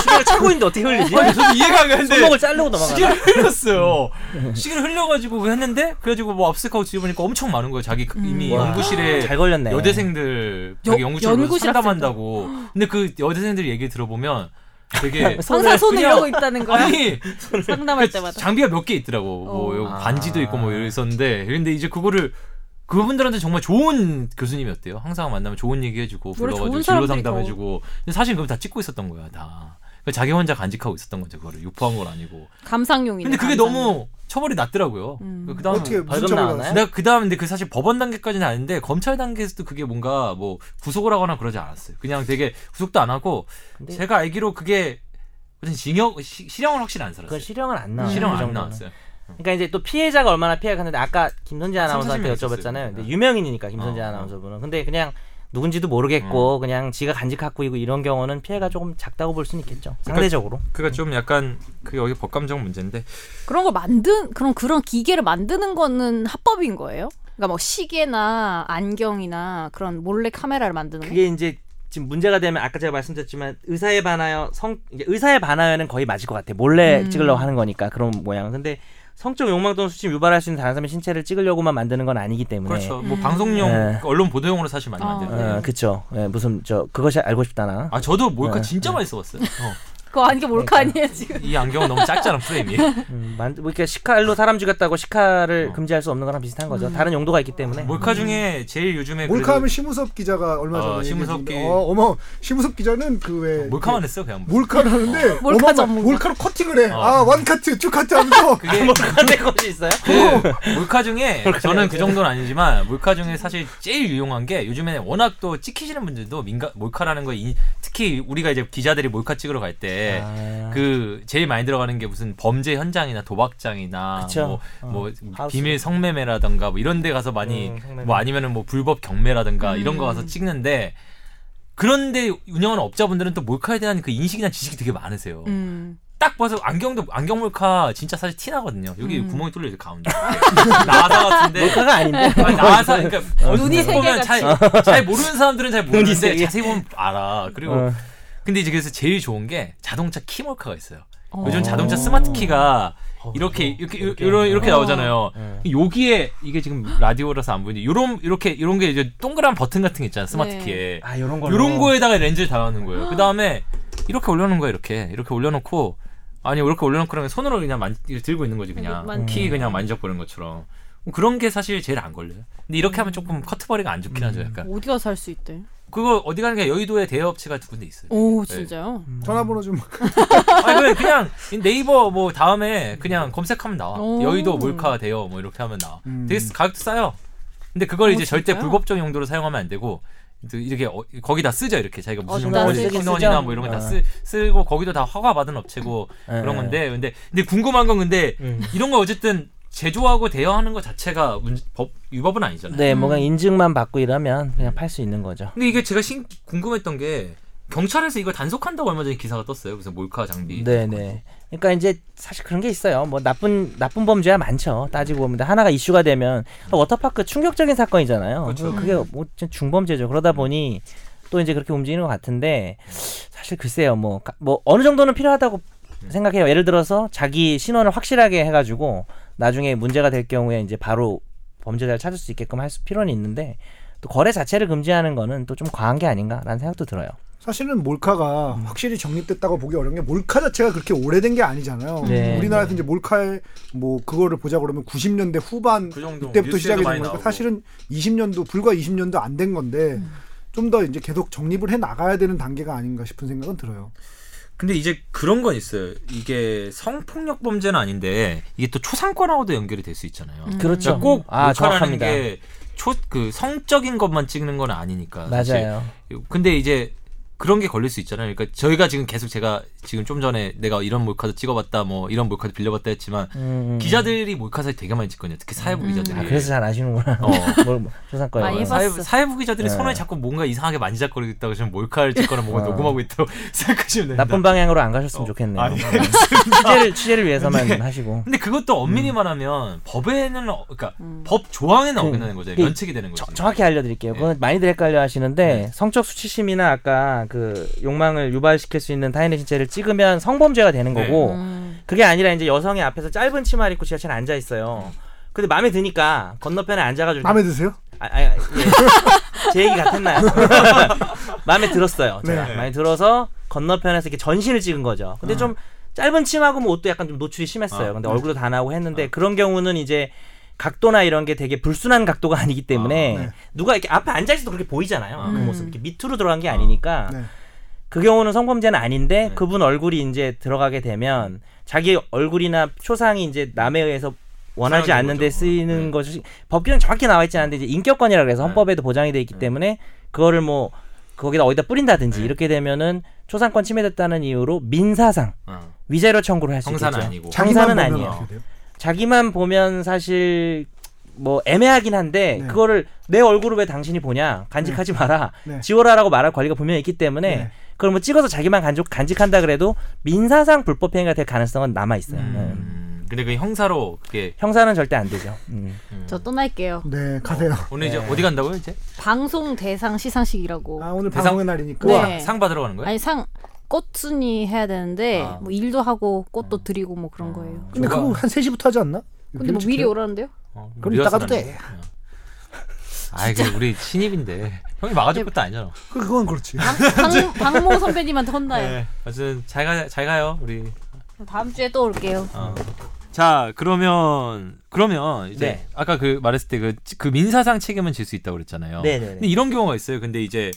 S2: 시계를 차고 있는데 어떻게 흘리지?
S1: 아니, 저도 이해가 안 가는데
S2: 손목을 자르고 넘어가.
S1: 시계를 흘렸어요. 시계를 흘려가지고 했는데 그래가지고 뭐 압색하고 뒤져보니까 엄청 많은 거예요. 자기 그 이미
S2: 음, 와,
S1: 연구실에
S2: 잘 걸렸네.
S1: 여대생들 자기
S4: 여-
S1: 연구실로
S4: 연구실
S1: 상담한다고. 근데 그 여대생들 얘기 들어보면 되게
S4: 항상 손을
S1: 그냥-
S4: 이러고 있다는 거야.
S1: 아니 그
S4: 상담할 때마다.
S1: 장비가 몇 개 있더라고. 뭐
S4: 어.
S1: 요
S2: 아.
S1: 반지도 있고 뭐 이랬었는데 근데 이제 그거를 그분들한테 정말 좋은 교수님이었대요. 항상 만나면 좋은 얘기 해주고
S4: 원래
S1: 불러가지고
S4: 좋은
S1: 진로
S4: 사람들이
S1: 상담해주고. 근데 사실 그럼 다 찍고 있었던 거야 다. 그러니까 자기 혼자 간직하고 있었던 거죠. 그거를 유포한 건 아니고.
S4: 감상용이네.
S1: 근데 그게
S4: 감상.
S1: 너무 처벌이 낮더라고요.
S4: 음.
S1: 그 다음
S3: 어떻게 무슨
S2: 벌금
S3: 처벌
S2: 나왔나요?
S3: 받았어요?
S1: 내가 그 다음 근데 그 사실 법원 단계까지는 아닌데 검찰 단계에서도 그게 뭔가 뭐 구속을 하거나 그러지 않았어요. 그냥 되게 구속도 안 하고
S2: 근데-
S1: 제가 알기로 그게 무슨 징역 시- 실형은 확실히 안
S2: 그건
S1: 살았어요.
S2: 실형은 안 나와.
S1: 실형 안 나왔어요.
S2: 그러니까 이제 또 피해자가 얼마나 피해가 갔는데 아까 김선재 아나운서한테
S1: 30, 40 명
S2: 여쭤봤잖아요. 근데
S1: 있었어요. 네.
S2: 유명인이니까 김선재
S1: 어, 음. 어.
S2: 아나운서분은. 근데 그냥 누군지도 모르겠고 그냥 지가 간직 갖고 있고 이런 경우는 피해가 조금 작다고 볼 수는 있겠죠. 상대적으로.
S1: 그러니까 좀 약간 그 여기 법감정 문제인데
S2: 네.
S4: 그런 걸 만든 그런 그런 기계를 만드는 거는 합법인 거예요? 그러니까 뭐 시계나 안경이나 그런 몰래 카메라를 만드는 거.
S2: 그게 이제 지금 문제가 되면 아까 제가 말씀드렸지만 의사에 반하여 성 이제 의사에 반하여는 거의 맞을 것 같아. 몰래
S4: 음.
S2: 찍으려고 하는 거니까 그런 모양. 근데 성적 욕망 또는 수치를 유발할 수 있는 다른 사람의 신체를 찍으려고만 만드는 건 아니기 때문에.
S1: 그렇죠. 뭐 방송용
S2: 네.
S1: 언론 보도용으로 사실 많이
S4: 어.
S1: 만드는데.
S2: 어, 그쵸. 예, 무슨 저 그것이 알고 싶다나.
S1: 아 저도 몰카
S2: 네.
S1: 진짜 많이 써봤어요. 어.
S4: 그거 아닌 게 몰카 아니에요 지금?
S1: 이 안경은 너무 짧잖아 프레임이.
S2: 음, 만, 뭐 이렇게 시카로 사람 죽였다고 시카를
S1: 어.
S2: 금지할 수 없는 거랑 비슷한 거죠. 다른 용도가 있기 때문에.
S1: 몰카 중에 제일 요즘에
S3: 몰카하면 심우섭 기자가 얼마 전에
S1: 네, 어,
S3: 얘기했는데,
S1: 심우섭 기-
S3: 어, 어머 심우섭 기자는 그왜
S1: 그래도 몰카만 했어 그냥. 뭐.
S3: 몰카를 하는데
S4: 몰카
S3: 어마어마-
S4: 전문가.
S3: 몰카로 커팅을 해.
S1: 어.
S3: 아 원카트 투카트 하면서
S1: 그게
S2: 몰카 될 것이 있어요?
S1: 그 몰카 중에
S2: 몰카
S1: 저는 그
S2: 중에.
S1: 정도는 아니지만 몰카 중에 사실 제일 유용한 게 요즘에 워낙 또 찍히시는 분들도 민가 몰카라는 거 인- 특히 우리가 이제 기자들이 몰카 찍으러 갈 때 그
S2: 아,
S1: 제일 많이 들어가는 게 무슨 범죄 현장이나 도박장이나
S2: 그쵸.
S1: 뭐,
S2: 어.
S1: 뭐
S2: 하우스.
S1: 비밀 성매매라든가 뭐 이런 데 가서 많이
S2: 음, 성매매. 음.
S1: 뭐 아니면은 뭐 불법 경매라든가 이런 거 가서 찍는데 그런데 운영하는 업자분들은 또 몰카에 대한 그 인식이나 지식이 되게 많으세요.
S4: 음.
S1: 딱 봐서 안경도 안경 몰카 진짜 사실 티 나거든요. 여기
S4: 음.
S1: 구멍이 뚫려 있어 가운데. 나사 같은데.
S2: 몰카가 아닌데.
S1: 아니, 나사 뭐 그러니까 얼핏
S4: 눈이 세
S1: 보면
S4: 개가
S1: 잘, 잘 모르는 사람들은 잘
S2: 세
S1: 모르는데
S2: 개.
S1: 자세히 보면 알아. 그리고
S2: 어.
S1: 근데 이제 그래서 제일 좋은 게 자동차 키 몰카가 있어요.
S4: 어.
S1: 요즘 자동차 스마트 키가 이렇게 이렇게 이렇게, 이렇게, 이렇게 나오잖아요. 어. 네. 여기에 이게 지금 라디오라서 안 보이는데 요런 이렇게 이런 게 이제 동그란 버튼 같은 게 있잖아요. 스마트
S4: 네.
S1: 키에.
S2: 아 요런 거
S1: 요런 거에다가 렌즈를 달아놓는 거예요. 그 다음에 이렇게 올려놓은 거예요. 이렇게 이렇게 올려놓고 아니 이렇게 올려놓고 그러면 손으로 그냥 만, 이렇게 들고 있는 거지 그냥
S4: 만-
S1: 키 그냥 만져보는 것처럼 그런 게 사실 제일 안 걸려요. 근데 이렇게 하면 조금 커트버리가 안 좋긴 하죠. 약간
S4: 어디 가서 할 수 있대?
S1: 그거 어디 가는 게 여의도에 대여업체가 두 군데 있어요.
S4: 오 진짜요?
S3: 전화번호 좀
S1: 아니 그냥- 그냥 네이버 뭐 다음에 그냥 검색하면 나와.
S4: 오.
S1: 여의도 몰카 대여 뭐 이렇게 하면 나와.
S3: 음.
S1: 되게 쓰- 가격도 싸요. 근데 그걸
S4: 어,
S1: 이제 절대
S4: 진짜요?
S1: 불법적 용도로 사용하면 안 되고 또 이렇게 어- 거기다 쓰죠 이렇게 자기가
S4: 어,
S1: 무슨
S4: 진짜
S1: 어디
S4: 쓰긴
S1: 신원이나
S2: 쓰죠.
S1: 뭐 이런 거
S2: 어.
S1: 다 쓰고 거기도 다 허가 받은 업체고
S2: 예, 네.
S1: 그런 건데 근데 근데 궁금한 건 근데
S2: 음.
S1: 이런 거 어쨌든 제조하고 대여하는 거 자체가 문- 법 위법은 아니잖아요.
S2: 네, 뭔가
S4: 음.
S2: 인증만 받고 이러면 그냥 팔 수 있는 거죠.
S1: 근데 이게 제가 신, 궁금했던 게 경찰에서 이거 단속한다고 얼마 전에 기사가 떴어요. 무슨 몰카 장비.
S2: 네네. 그러니까 이제 사실 그런 게 있어요. 뭐 나쁜 나쁜 범죄가 많죠. 따지고 보면 근데 하나가 이슈가 되면 워터파크 충격적인 사건이잖아요.
S1: 그렇죠.
S2: 게뭐 진짜 중범죄죠. 그러다 보니 또 이제 그렇게 움직이는 것 같은데 사실 글쎄요. 뭐 뭐 어느 정도는 필요하다고 생각해요. 예를 들어서 자기 신원을 확실하게 해가지고 나중에 문제가 될 경우에 이제 바로 범죄자를 찾을 수 있게끔 할 수- 필요는 있는데 또 거래 자체를 금지하는 거는 또 좀 과한 게 아닌가라는 생각도 들어요.
S3: 사실은 몰카가
S1: 음.
S3: 확실히 정립됐다고 보기 어려운 게 몰카 자체가 그렇게 오래된 게 아니잖아요.
S2: 네,
S3: 우리나라에서 이제 몰카의 뭐 그거를 보자 그러면 90년대 후반
S1: 그 정도
S3: 그때부터
S1: 뉴스에도
S3: 시작이
S1: 많이
S3: 된 거니까
S1: 나오고.
S3: 사실은 20년도 불과 20년도 안 된 건데
S4: 음.
S3: 좀 더 이제 계속 정립을 해 나가야 되는 단계가 아닌가 싶은 생각은 들어요.
S1: 근데 이제 그런 건 있어요. 이게 성폭력 범죄는 아닌데 이게 또 초상권하고도 연결이 될 수 있잖아요.
S2: 그렇죠.
S1: 그러니까 꼭
S2: 아,
S1: 몰카라는
S2: 정확합니다.
S1: 게 초 그 성적인 것만 찍는 건 아니니까. 사실.
S2: 맞아요.
S1: 근데 이제 그런 게 걸릴 수 있잖아요. 그러니까 저희가 지금 계속 제가 지금 좀 전에 내가 이런 몰카도 찍어봤다, 뭐 이런 몰카도 빌려봤다 했지만
S2: 음, 음.
S1: 기자들이 몰카 사진 되게 많이 찍거든요. 특히 사회부 기자들이.
S2: 아, 그래서 잘 아시는구나.
S1: 어.
S2: 뭘 뭐, 조상과에
S4: 많이
S2: 관해서.
S4: 해봤-
S1: 사회부, 사회부 기자들이
S2: 네.
S1: 손을 자꾸 뭔가 이상하게 만지작거리고 있다고 지금 몰카를 찍거나 뭔가
S2: 어.
S1: 녹음하고 있다고 생각하시면 됩니다.
S2: 나쁜 방향으로 안 가셨으면 좋겠네요.
S1: 아, 예.
S2: 취재를 취재를 위해서만
S1: 네.
S2: 하시고.
S1: 근데 그것도 엄밀히 말하면 법에는 어- 그러니까
S3: 음.
S1: 법 조항에는
S2: 그-
S1: 어긋나는 거죠.
S2: 그-
S1: 면책이 되는 거죠.
S2: 저- 정확히 알려드릴게요. 그건 많이들 헷갈려 하시는데
S1: 네.
S2: 성적 수치심이나 아까 그 욕망을 유발시킬 수 있는 타인의 신체를 찍으면 성범죄가 되는
S1: 네.
S2: 거고
S4: 음.
S2: 그게 아니라 이제 여성이 앞에서 짧은 치마를 입고 지하철에 앉아 있어요. 근데 마음에 드니까 건너편에
S1: 네.
S2: 앉아가지고
S3: 마음에 드세요?
S2: 아, 아, 예. 제 얘기 같았나요? 마음에 들었어요. 제가
S1: 네.
S2: 많이 들어서 건너편에서 이렇게 전신을 찍은 거죠. 근데 좀 짧은 치마고 뭐 옷도 약간 좀 노출이 심했어요.
S1: 아,
S2: 근데 얼굴도 다 나오고 했는데 그런 경우는 이제 각도나 이런 게 되게 불순한 각도가 아니기 때문에
S3: 아, 네.
S2: 누가 이렇게 앞에 앉아 있어도 그렇게 보이잖아요. 그
S4: 음.
S2: 모습 이렇게 밑으로 들어간 게 아니니까
S3: 네.
S1: 뭐
S2: 그 경우는 성범죄는 아닌데
S1: 네.
S2: 그분 얼굴이 이제 들어가게 되면 자기 얼굴이나 초상이 이제 남에 의해서 원하지
S1: 사용된
S2: 않는데
S1: 거죠.
S2: 쓰이는
S1: 네.
S2: 것이 법규는 정확히 나와 있지 않은데 이제 인격권이라 그래서 헌법에도 보장이 돼 있기 때문에 그거를 뭐 거기다 어디다 뿌린다든지
S1: 네.
S2: 이렇게 되면은 초상권 침해됐다는 이유로 민사상
S1: 어.
S2: 위자료 청구를 할 수 있죠.
S1: 형사는 아니고.
S3: 자기만
S2: 장사는
S3: 보면
S2: 아니에요.
S3: 어떻게 돼요?
S2: 자기만 보면 사실 뭐 애매하긴 한데
S3: 네.
S2: 그거를 내 얼굴을 왜 당신이 보냐 간직하지 마라
S3: 네.
S2: 지워라라고 말할 권리가 분명히 있기 때문에
S3: 네.
S2: 그걸 뭐 찍어서 자기만 간직, 간직한다 그래도 민사상 불법행위가 될 가능성은 남아 있어요. 네.
S1: 음, 근데 그 형사로 그게
S2: 형사는 절대 안 되죠. 음.
S4: 저 떠날게요.
S3: 네, 가세요.
S1: 오늘 이제 어디 간다고요 이제?
S4: 방송 대상 시상식이라고.
S3: 아, 오늘
S1: 대상-
S3: 방송의 날이니까.
S4: 어. 네.
S1: 와, 뭐 상 받으러 가는 거예요?
S4: 아니 상 꽃순이 해야 되는데
S1: 아.
S4: 뭐 일도 하고 꽃도 드리고 뭐 그런 거예요.
S3: 근데 그거 한 3시부터 하지 않나?
S4: 근데 뭐 미리 오라는데요?
S1: 어,
S3: 그럼
S1: 리허설
S3: 이따가도
S1: 하는
S3: 돼.
S1: 거예요. 어. 아이 그 우리 신입인데 형이 막아줄 것도 아니잖아.
S3: 그- 그건 그렇지.
S4: 네. 방, 방, 모 선배님한테 혼나요.
S1: 네. 어쨌든 잘가 잘 가요 우리.
S4: 다음 주에 또 올게요.
S1: 어. 자 그러면 그러면 이제
S2: 네.
S1: 아까 그 말했을 때 그 그 민사상 책임은 질 수 있다고 그랬잖아요.
S2: 네네네.
S1: 근데 이런 경우가 있어요. 근데 이제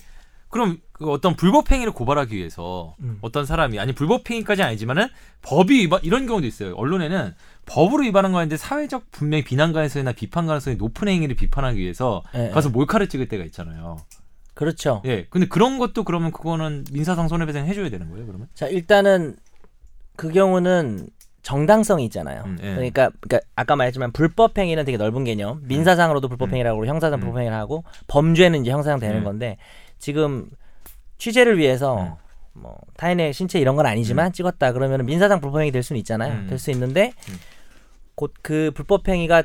S1: 그럼 그 어떤 불법 행위를 고발하기 위해서
S2: 음.
S1: 어떤 사람이 아니 불법 행위까지 는 아니지만은 법이 위반 이런 경우도 있어요. 언론에는 법으로 위반한 거 아닌데 사회적 분명히 비난 가능성이나 비판 가능성이 높은 행위를 비판하기 위해서
S2: 예,
S1: 가서 몰카를 찍을 때가 있잖아요.
S2: 그렇죠.
S1: 예. 근데 그런 것도 그러면 그거는 민사상 손해배상 해줘야 되는 거예요, 그러면?
S2: 자 일단은 그 경우는 정당성이 있잖아요.
S1: 음, 예.
S2: 그러니까, 그러니까 아까 말했지만 불법 행위는 되게 넓은 개념. 민사상으로도 불법 행위라고 그러고 형사상
S1: 음.
S2: 불법 행위를 하고 범죄는 이제 형사상 되는
S1: 음.
S2: 건데 지금 취재를 위해서
S1: 음.
S2: 뭐 타인의 신체 이런 건 아니지만 찍었다 그러면 민사상 불법 행위 될 수는 있잖아요.
S1: 음.
S2: 될 수 있는데
S1: 음.
S2: 곧 그 불법 행위가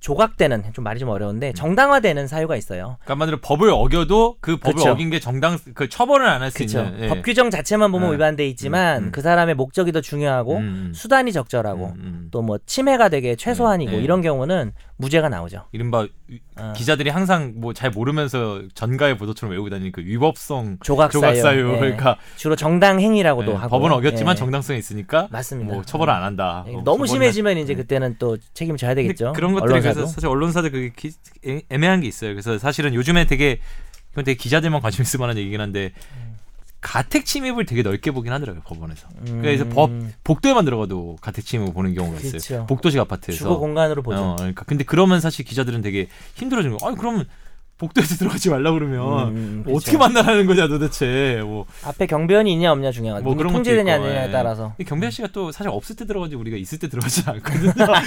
S2: 조각되는 좀 말이 좀 어려운데 정당화되는 사유가 있어요.
S1: 그러니까 말로 법을 어겨도 그 법을
S2: 그쵸.
S1: 어긴 게 정당 그 처벌을 안 할 수
S2: 그렇죠.
S1: 있는 예.
S2: 법 규정 자체만 보면
S1: 네.
S2: 위반돼 있지만
S1: 음, 음.
S2: 그 사람의 목적이 더 중요하고
S1: 음,
S2: 수단이 적절하고
S1: 음, 음.
S2: 또 뭐 침해가 되게 최소한이고
S1: 네, 네.
S2: 이런 경우는 무죄가 나오죠.
S1: 이른바 위-
S2: 어,
S1: 기자들이 항상 뭐 잘 모르면서 전가의 보도처럼 외우고 다니는 그 위법성
S2: 조각 사유.
S1: 조각 사유
S2: 예.
S1: 그러니까
S2: 주로 정당 행위라고도
S1: 예,
S2: 하고
S1: 법은 어겼지만
S2: 예.
S1: 정당성이 있으니까
S2: 맞습니다.
S1: 뭐 처벌을 안 한다.
S2: 예,
S1: 어,
S2: 너무
S1: 처벌은-
S2: 심해지면 이제
S1: 음.
S2: 그때는 또 책임을 져야
S1: 근데
S2: 되겠죠.
S1: 그런 것들에
S2: 언론사도.
S1: 그래서 사실 언론사들 그게 기- 애- 애매한 게 있어요. 그래서 사실은 요즘에 되게 이건 되게 기자들만 관심 있을 만한 얘기긴 한데 가택 침입을 되게 넓게 보긴 하더라고요 법원에서.
S2: 음,
S1: 그래서 법 복도에만 들어가도 가택 침입을 보는 경우가 있어요.
S2: 그렇죠.
S1: 복도식 아파트에서.
S2: 주거 공간으로 보죠.
S1: 어, 그러니까 근데 그러면 사실 기자들은 되게 힘들어지는 거. 아니 그러면 복도에서 들어가지 말라 그러면
S2: 음, 음,
S1: 뭐 어떻게
S2: 그렇죠.
S1: 만나라는 거냐 도대체. 뭐,
S2: 앞에 경비원이 있냐 없냐 중요하고
S1: 뭐 그런 것도
S2: 통제되냐
S1: 있고,
S2: 안되냐에
S1: 예.
S2: 따라서
S1: 이 경배 씨가 또 사실 없을 때 들어가지 우리가 있을 때 들어가지 않거든요.
S2: 아,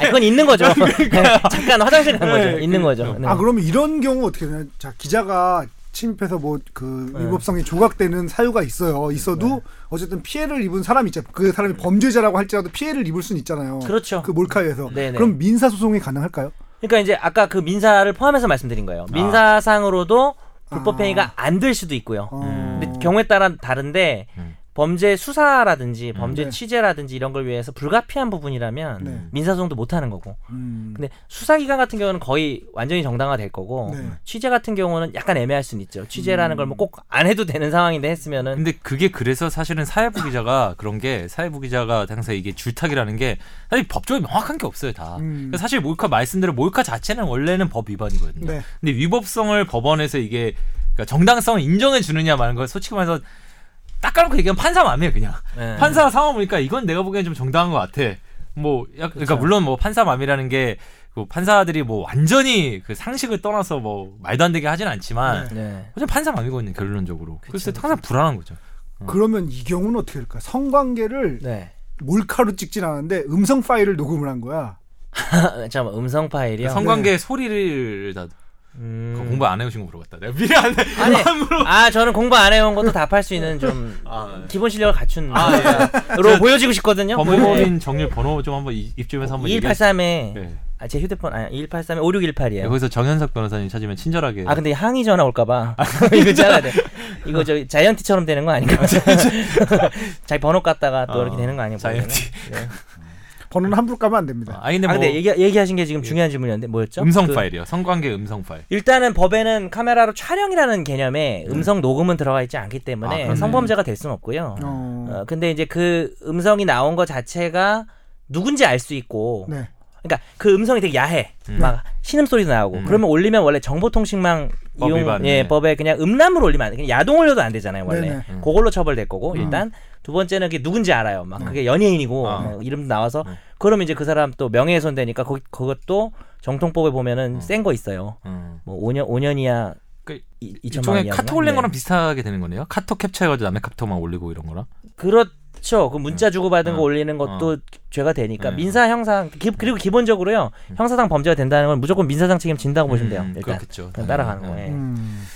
S2: 그건 있는 거죠. 네, 잠깐 화장실 간 거죠.
S1: 그러니까. 네,
S2: 있는 거죠.
S1: 그렇죠.
S2: 네.
S3: 아 그러면 이런 경우 어떻게 되냐? 자 기자가 침입해서 뭐 그
S2: 네.
S3: 위법성이 조각되는 사유가 있어요. 있어도 어쨌든 피해를 입은 사람이 있죠. 그 사람이 범죄자라고 할지라도 피해를 입을 수는 있잖아요.
S2: 그렇죠.
S3: 그 몰카에서
S2: 네네.
S3: 그럼 민사 소송이 가능할까요?
S2: 그러니까 이제 아까 그 민사를 포함해서 말씀드린 거예요.
S1: 아.
S2: 민사상으로도 불법
S3: 아.
S2: 행위가 안 될 수도 있고요.
S3: 어...
S2: 근데 경우에 따라 다른데
S1: 음.
S2: 범죄 수사라든지 범죄
S3: 네.
S2: 취재라든지 이런 걸 위해서 불가피한 부분이라면
S3: 네.
S2: 민사소송도 못 하는 거고.
S3: 음.
S4: 네.
S2: 근데 수사기관 같은 경우는 거의 완전히 정당화 될 거고
S3: 네. 음.
S2: 취재 같은 경우는 약간 애매할 수는 있죠. 취재라는 걸 뭐 꼭 안 해도 되는 상황인데 했으면은
S1: 근데 그게 그래서 사실은 사회부 기자가 그런 게 사회부 기자가 항상 이게 줄타기라는 게 사실 법적으로 명확한 게 없어요 다.
S3: 음.
S1: 그러니까 사실 몰카 말씀대로 몰카 자체는 원래는 법 위반이거든요.
S3: 네.
S1: 근데 위법성을 법원에서 이게 그러니까 정당성을 인정해 주느냐 말는 걸 솔직히 말해서 딱 까놓고 얘기하면 판사 맘이에요 그냥.
S3: 음.
S2: 예.
S1: 판사 상황 보니까 이건 내가 보기엔 좀 정당한 것 같아. 뭐, 약, 그러니까
S2: 그렇죠.
S1: 물론 뭐 판사 맘이라는 게그 판사들이 뭐 완전히 그 상식을 떠나서 뭐 말도 안 되게 하진 않지만
S2: 네.
S1: 어쨌든 판사 맘이거든요 결론적으로. 그래서
S2: 그쵸.
S1: 항상 불안한 거죠.
S3: 그러면 이 경우는 어떻게 될까? 성관계를
S2: 네.
S3: 몰카로 찍진 않았는데 음성 파일을 녹음을 한 거야.
S2: 잠깐만 음성 파일이요.
S1: 성관계 소리를 다
S2: 네. 음.
S1: 그거 공부 안 해오신 거 물어봤다. 내가 미리 안 해.
S2: 아니, 아 저는 공부 안 해온 것도 답할 수 있는 좀
S1: 아,
S2: 기본 실력을 갖춘 로
S1: 아,
S2: 예. 보여지고 싶거든요.
S1: 법무법인 정률 번호 좀 한번 이- 입주면서 한번 얘기해.
S2: 2183에 에
S1: 네.
S2: 아, 제 휴대폰 아니 2183에 5618이에요.
S1: 예, 거기서 정현석 변호사님 찾으면 친절하게.
S2: 아 근데 항의 전화 올까봐
S1: 아,
S2: 이거 잘라야 돼. 이거 저 자이언티처럼 되는 거 아닌가? 자기 번호 깠다가 또
S1: 어,
S2: 이렇게 되는 거 아니에요?
S1: 자이언티.
S2: 네.
S3: 번호는 함부로 까면 안 됩니다.
S1: 아, 근데
S2: 아
S1: 뭐 예.
S2: 근데 얘기 얘기하신 게 지금 중요한 질문이었는데 뭐였죠?
S1: 음성
S2: 그-
S1: 파일이요. 성관계 음성 파일.
S2: 일단은 법에는 카메라로 촬영이라는 개념에 음성 녹음은 들어가 있지
S1: 네.
S2: 않기
S1: 아,
S2: 때문에
S1: 그렇네.
S2: 성범죄가 될 수는 없고요.
S3: 어.
S2: 어, 근데 이제 그 음성이 나온 거 자체가 누군지 알 수 있고,
S3: 네.
S2: 그러니까 그 음성이 되게 야해.
S1: 음.
S2: 막 신음 소리도 나오고.
S1: 음.
S2: 그러면 올리면 원래 정보통신망
S1: 법
S2: 이용
S1: 위반,
S2: 예
S1: 네.
S2: 법에 그냥 음란물 올리면 안 돼. 그냥 야동 올려도 안 되잖아요 원래.
S3: 네네.
S1: 음.
S2: 그걸로 처벌될 거고 일단 두 번째는 그게 누군지 알아요. 막 그게 연예인이고
S1: 아.
S2: 뭐 이름도 나와서
S1: 네.
S2: 그러면 이제 그 사람 또 명예훼손 되니까 거, 그것도 정통법에 보면은
S1: 음.
S2: 센 거 있어요.
S1: 음.
S2: 뭐 5년 5년 이하
S1: 그
S2: 이- 2천만 네. 원
S1: 일종의
S2: 이하.
S1: 카톡 올린 거랑 비슷하게 되는 거네요. 카톡 캡처해가지고 남의 카톡만 올리고 이런 거랑.
S2: 그렇죠. 그 문자 주고받은
S1: 어.
S2: 거 올리는 것도 죄가 되니까
S1: 네.
S2: 민사 형사 기- 그리고 기본적으로요 형사상 범죄가 된다는 건 무조건 민사상 책임 진다고 보시면 돼요. 일단
S1: 음. 그렇겠죠. 네.
S2: 그냥 따라가는 거예요.
S3: 음.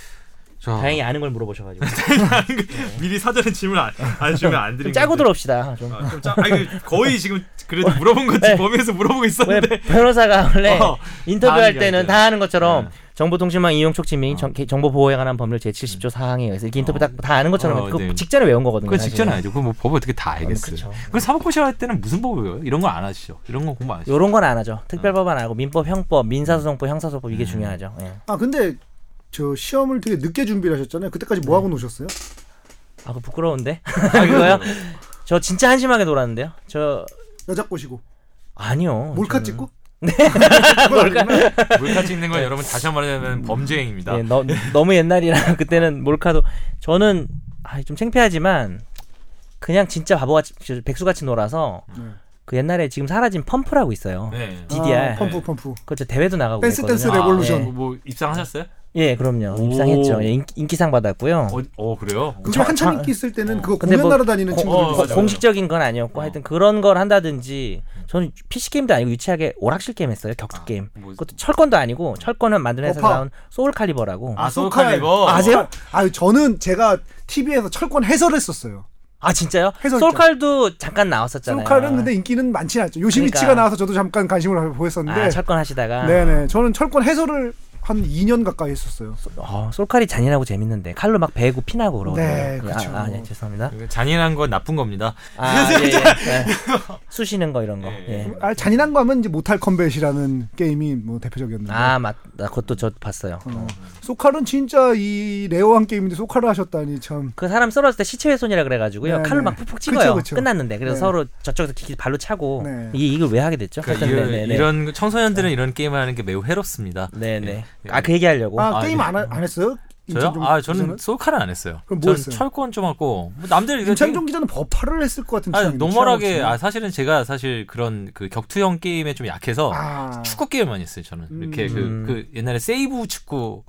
S1: 자,
S2: 다행히 아는 걸 물어보셔가지고
S1: 음. 미리 사전에 질문 안, 안 주면 안 드린
S2: 좀 짜고 들어옵시다. 좀.
S1: 아, 좀 짜, 아니, 그 거의 지금 그래도 물어본 거지
S2: 네.
S1: 범위에서 물어보고
S2: 왜 네.
S1: 있었는데
S2: 변호사가 원래
S1: 어, 다
S2: 인터뷰할
S1: 하는 게
S2: 때는
S1: 아니죠.
S2: 다 하는 것처럼
S1: 네.
S2: 정보통신망 이용 촉진 및
S1: 어.
S2: 정- 개- 정보 보호에 관한 법률 제 70조 사항에 의해서 이렇게 인터뷰
S1: 어.
S2: 다, 다 아는 것처럼
S1: 어,
S2: 그거
S1: 네.
S2: 직전에 외운 거거든요.
S1: 그거 직전
S2: 사실은.
S1: 아니죠. 그뭐 법을 어떻게 다 알겠어요.
S2: 그쵸.
S1: 그 사법고시 할 때는 무슨 법을 배워요? 이런 거 안 하시죠? 이런 거 공부 안 하시죠?
S2: 요런 건 안 하죠. 특별법안 안 하고 민법, 형법, 민사소송법, 형사소송법 이게
S1: 어. 음.
S2: 중요하죠. 예.
S3: 아 근데 저 시험을 되게 늦게 준비를 하셨잖아요. 그때까지
S2: 네.
S3: 뭐 하고 노셨어요?
S2: 아, 그 부끄러운데? 그거요? 저 진짜 한심하게 놀았는데요. 저
S3: 여자 꼬시고
S2: 아니요.
S3: 몰카
S2: 어, 저는- 네.
S3: 찍고?
S1: 물카 찍는 건 여러분 다시 한번 말하자면 범죄행위입니다.
S2: 예, 너, 너무 옛날이라 그때는 몰카도 저는 아, 좀 창피하지만 그냥 진짜 바보같이 저 백수같이 놀아서
S3: 네.
S2: 그 옛날에 지금 사라진 펌프라고 있어요.
S1: 네.
S2: DDR.
S3: 아, 펌프 펌프.
S2: 그렇죠 대회도 나가고
S3: 댄스 댄스
S2: 그랬거든요.
S3: 레볼루션.
S1: 아, 예. 뭐 입상하셨어요?
S2: 예, 그럼요.
S1: 오.
S2: 입상했죠. 예, 인, 기상 받았고요.
S1: 어, 어 그래요?
S3: 그게
S2: 저-
S3: 한참
S2: 저-
S3: 인기 있을 때는
S1: 어.
S3: 그거
S2: 근데
S3: 공연
S2: 뭐
S3: 하러 다니는
S1: 어,
S3: 친구들도
S1: 어,
S2: 거-
S1: 맞아요.
S2: 공식적인 건 아니었고
S1: 어.
S2: 하여튼 그런 걸 한다든지 저는 PC 게임도 아니고 유치하게 오락실 게임 했어요. 격투
S1: 아,
S2: 게임.
S1: 뭐-
S2: 그것도 철권도 아니고 철권은 만든 회사
S3: 어파.
S2: 나온 소울 칼리버라고.
S1: 아,
S3: 소칼.
S1: 소칼리버.
S3: 아세요? 아유 저는 제가 TV에서 철권 해설했었어요.
S2: 아 진짜요?
S3: 해설자.
S2: 솔칼도 잠깐 나왔었잖아요.
S3: 솔칼은 근데 인기는 많진 않죠. 요시미치가
S2: 그러니까.
S3: 나와서 저도 잠깐 관심을 보였었는데
S2: 아 철권하시다가
S3: 네네 저는 철권 해설을 한 2년 가까이 했었어요.
S2: 어, 솔칼이 잔인하고 재밌는데 칼로 막 베고 피나고 그러고.
S3: 네,
S2: 아,
S3: 그쵸. 네,
S2: 아, 예, 죄송합니다.
S1: 잔인한 건 나쁜 겁니다.
S2: 아, 예, 예, 예. 쑤시는 거 이런 거.
S1: 예,
S2: 예.
S3: 아, 잔인한 거 하면 이제 모탈 컴뱃이라는 게임이 뭐 대표적이었는데
S2: 아, 맞다. 그것도 저 봤어요.
S3: 어. 소칼은 진짜 이 레어한 게임인데 소칼을 하셨다니 참
S2: 그 사람 썰었을 때 시체 훼손이라 그래가지고요.
S3: 네,
S2: 칼로
S3: 네.
S2: 막 푹푹
S3: 그쵸,
S2: 찍어요.
S3: 그쵸.
S2: 끝났는데 그래서
S3: 네.
S2: 서로 저쪽에서 기- 발로 차고
S3: 네.
S2: 이 이걸 왜 하게 됐죠?
S1: 그러니까
S2: 하여튼 네,
S1: 이런, 이런 청소년들은 이런 게임을 하는 게 매우 해롭습니다.
S2: 네네.
S1: 예.
S2: 아 그 얘기하려고.
S3: 아,
S1: 아,
S3: 게임
S1: 예.
S3: 안, 하- 안 했어요?
S1: 저요?
S3: 임창정
S1: 아 저는
S3: 기자는?
S1: 솔칼은 안 했어요.
S3: 그럼 뭐
S1: 전
S3: 했어요?
S1: 철권 좀 하고 뭐 남들 이거
S3: 임창정 기자는 버파를 했을 것 같은
S1: 아
S3: 취향인데,
S1: 노멀하게
S3: 취향으로
S1: 아 사실은 제가 사실 그런 그 격투형 게임에 좀 약해서
S3: 치면. 아.
S1: 축구 게임만 했어요 저는 이렇게 그 그
S2: 음.
S1: 옛날에 세이브 축구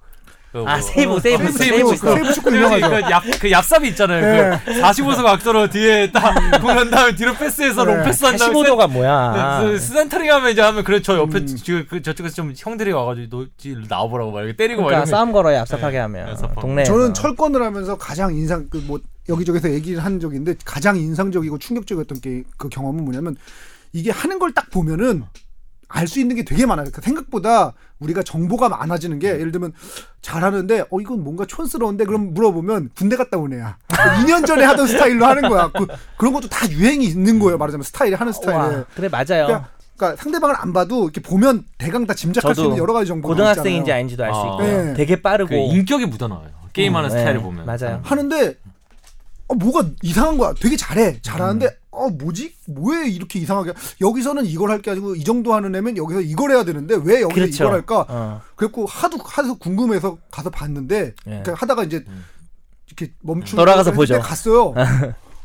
S1: 그
S2: 아
S1: 뭐-
S2: 세이브 세이브
S3: 세이브,
S2: 세이브
S3: 세이브, 세이브 축구 유명하죠. 네.
S1: 그, 얍, 그 얍삽이 있잖아요. 그 45도 각도로 뒤에 딱공한 다음에 뒤로 패스해서
S3: 네.
S1: 아, 롱패스 네, 한 다음에
S2: 15도가 뭐야?
S1: 그, 스- 스산터링 하면 이제 하면 그래 저 옆에
S3: 음.
S1: 지금 그 저쪽에서 좀 형들이 와가지고 너 뒤로 나와보라고 막뭐 이렇게 때리고
S2: 그러니까
S1: 막
S2: 싸움 걸어요. 얍삽하게 하면
S1: 얍삽하고.
S2: 동네.
S3: 저는 철권을 하면서 가장 인상 그 뭐 여기저기서 얘기를 한 적인데 가장 인상적이고 충격적이었던 게 그 경험은 뭐냐면 이게 하는 걸 딱 보면은 알 수 있는 게 되게 많아요. 그러니까 생각보다 우리가 정보가 많아지는 게 예를 들면 잘하는데 어 이건 뭔가 촌스러운데 그럼 물어보면 군대 갔다 온 애야. 뭐 2년 전에 하던 스타일로 하는 거야. 그, 런 것도 다 유행이 있는 거예요. 말하자면 스타일이 하는 스타일에.
S2: 와, 그래 맞아요.
S3: 그러니까, 그러니까 상대방을 안 봐도 이렇게 보면 대강 다 짐작할 수
S2: 저도
S3: 있는 여러 가지 정보가
S2: 고등학생인지
S3: 있잖아요.
S2: 아닌지도 알 수
S1: 아.
S2: 있고요.
S3: 네.
S2: 되게 빠르고
S1: 그 인격이 묻어나와요. 게임하는
S2: 음,
S1: 스타일을
S2: 네.
S1: 보면
S2: 맞아요.
S3: 하는데 어, 뭐가 이상한 거야. 되게 잘해. 잘하는데
S2: 음.
S3: 어 뭐지? 뭐에 이렇게 이상하게 여기서는 이걸 할 게 아니고 이 정도 하는 애면 여기서 이걸 해야 되는데 왜 여기서
S2: 그렇죠.
S3: 이걸 할까?
S2: 어.
S3: 그래갖고 하도 하도 궁금해서 가서 봤는데
S2: 예.
S3: 그러니까 하다가 이제 이렇게 멈추고
S2: 돌아가서 예.
S3: 했는데
S2: 보죠.
S3: 갔어요.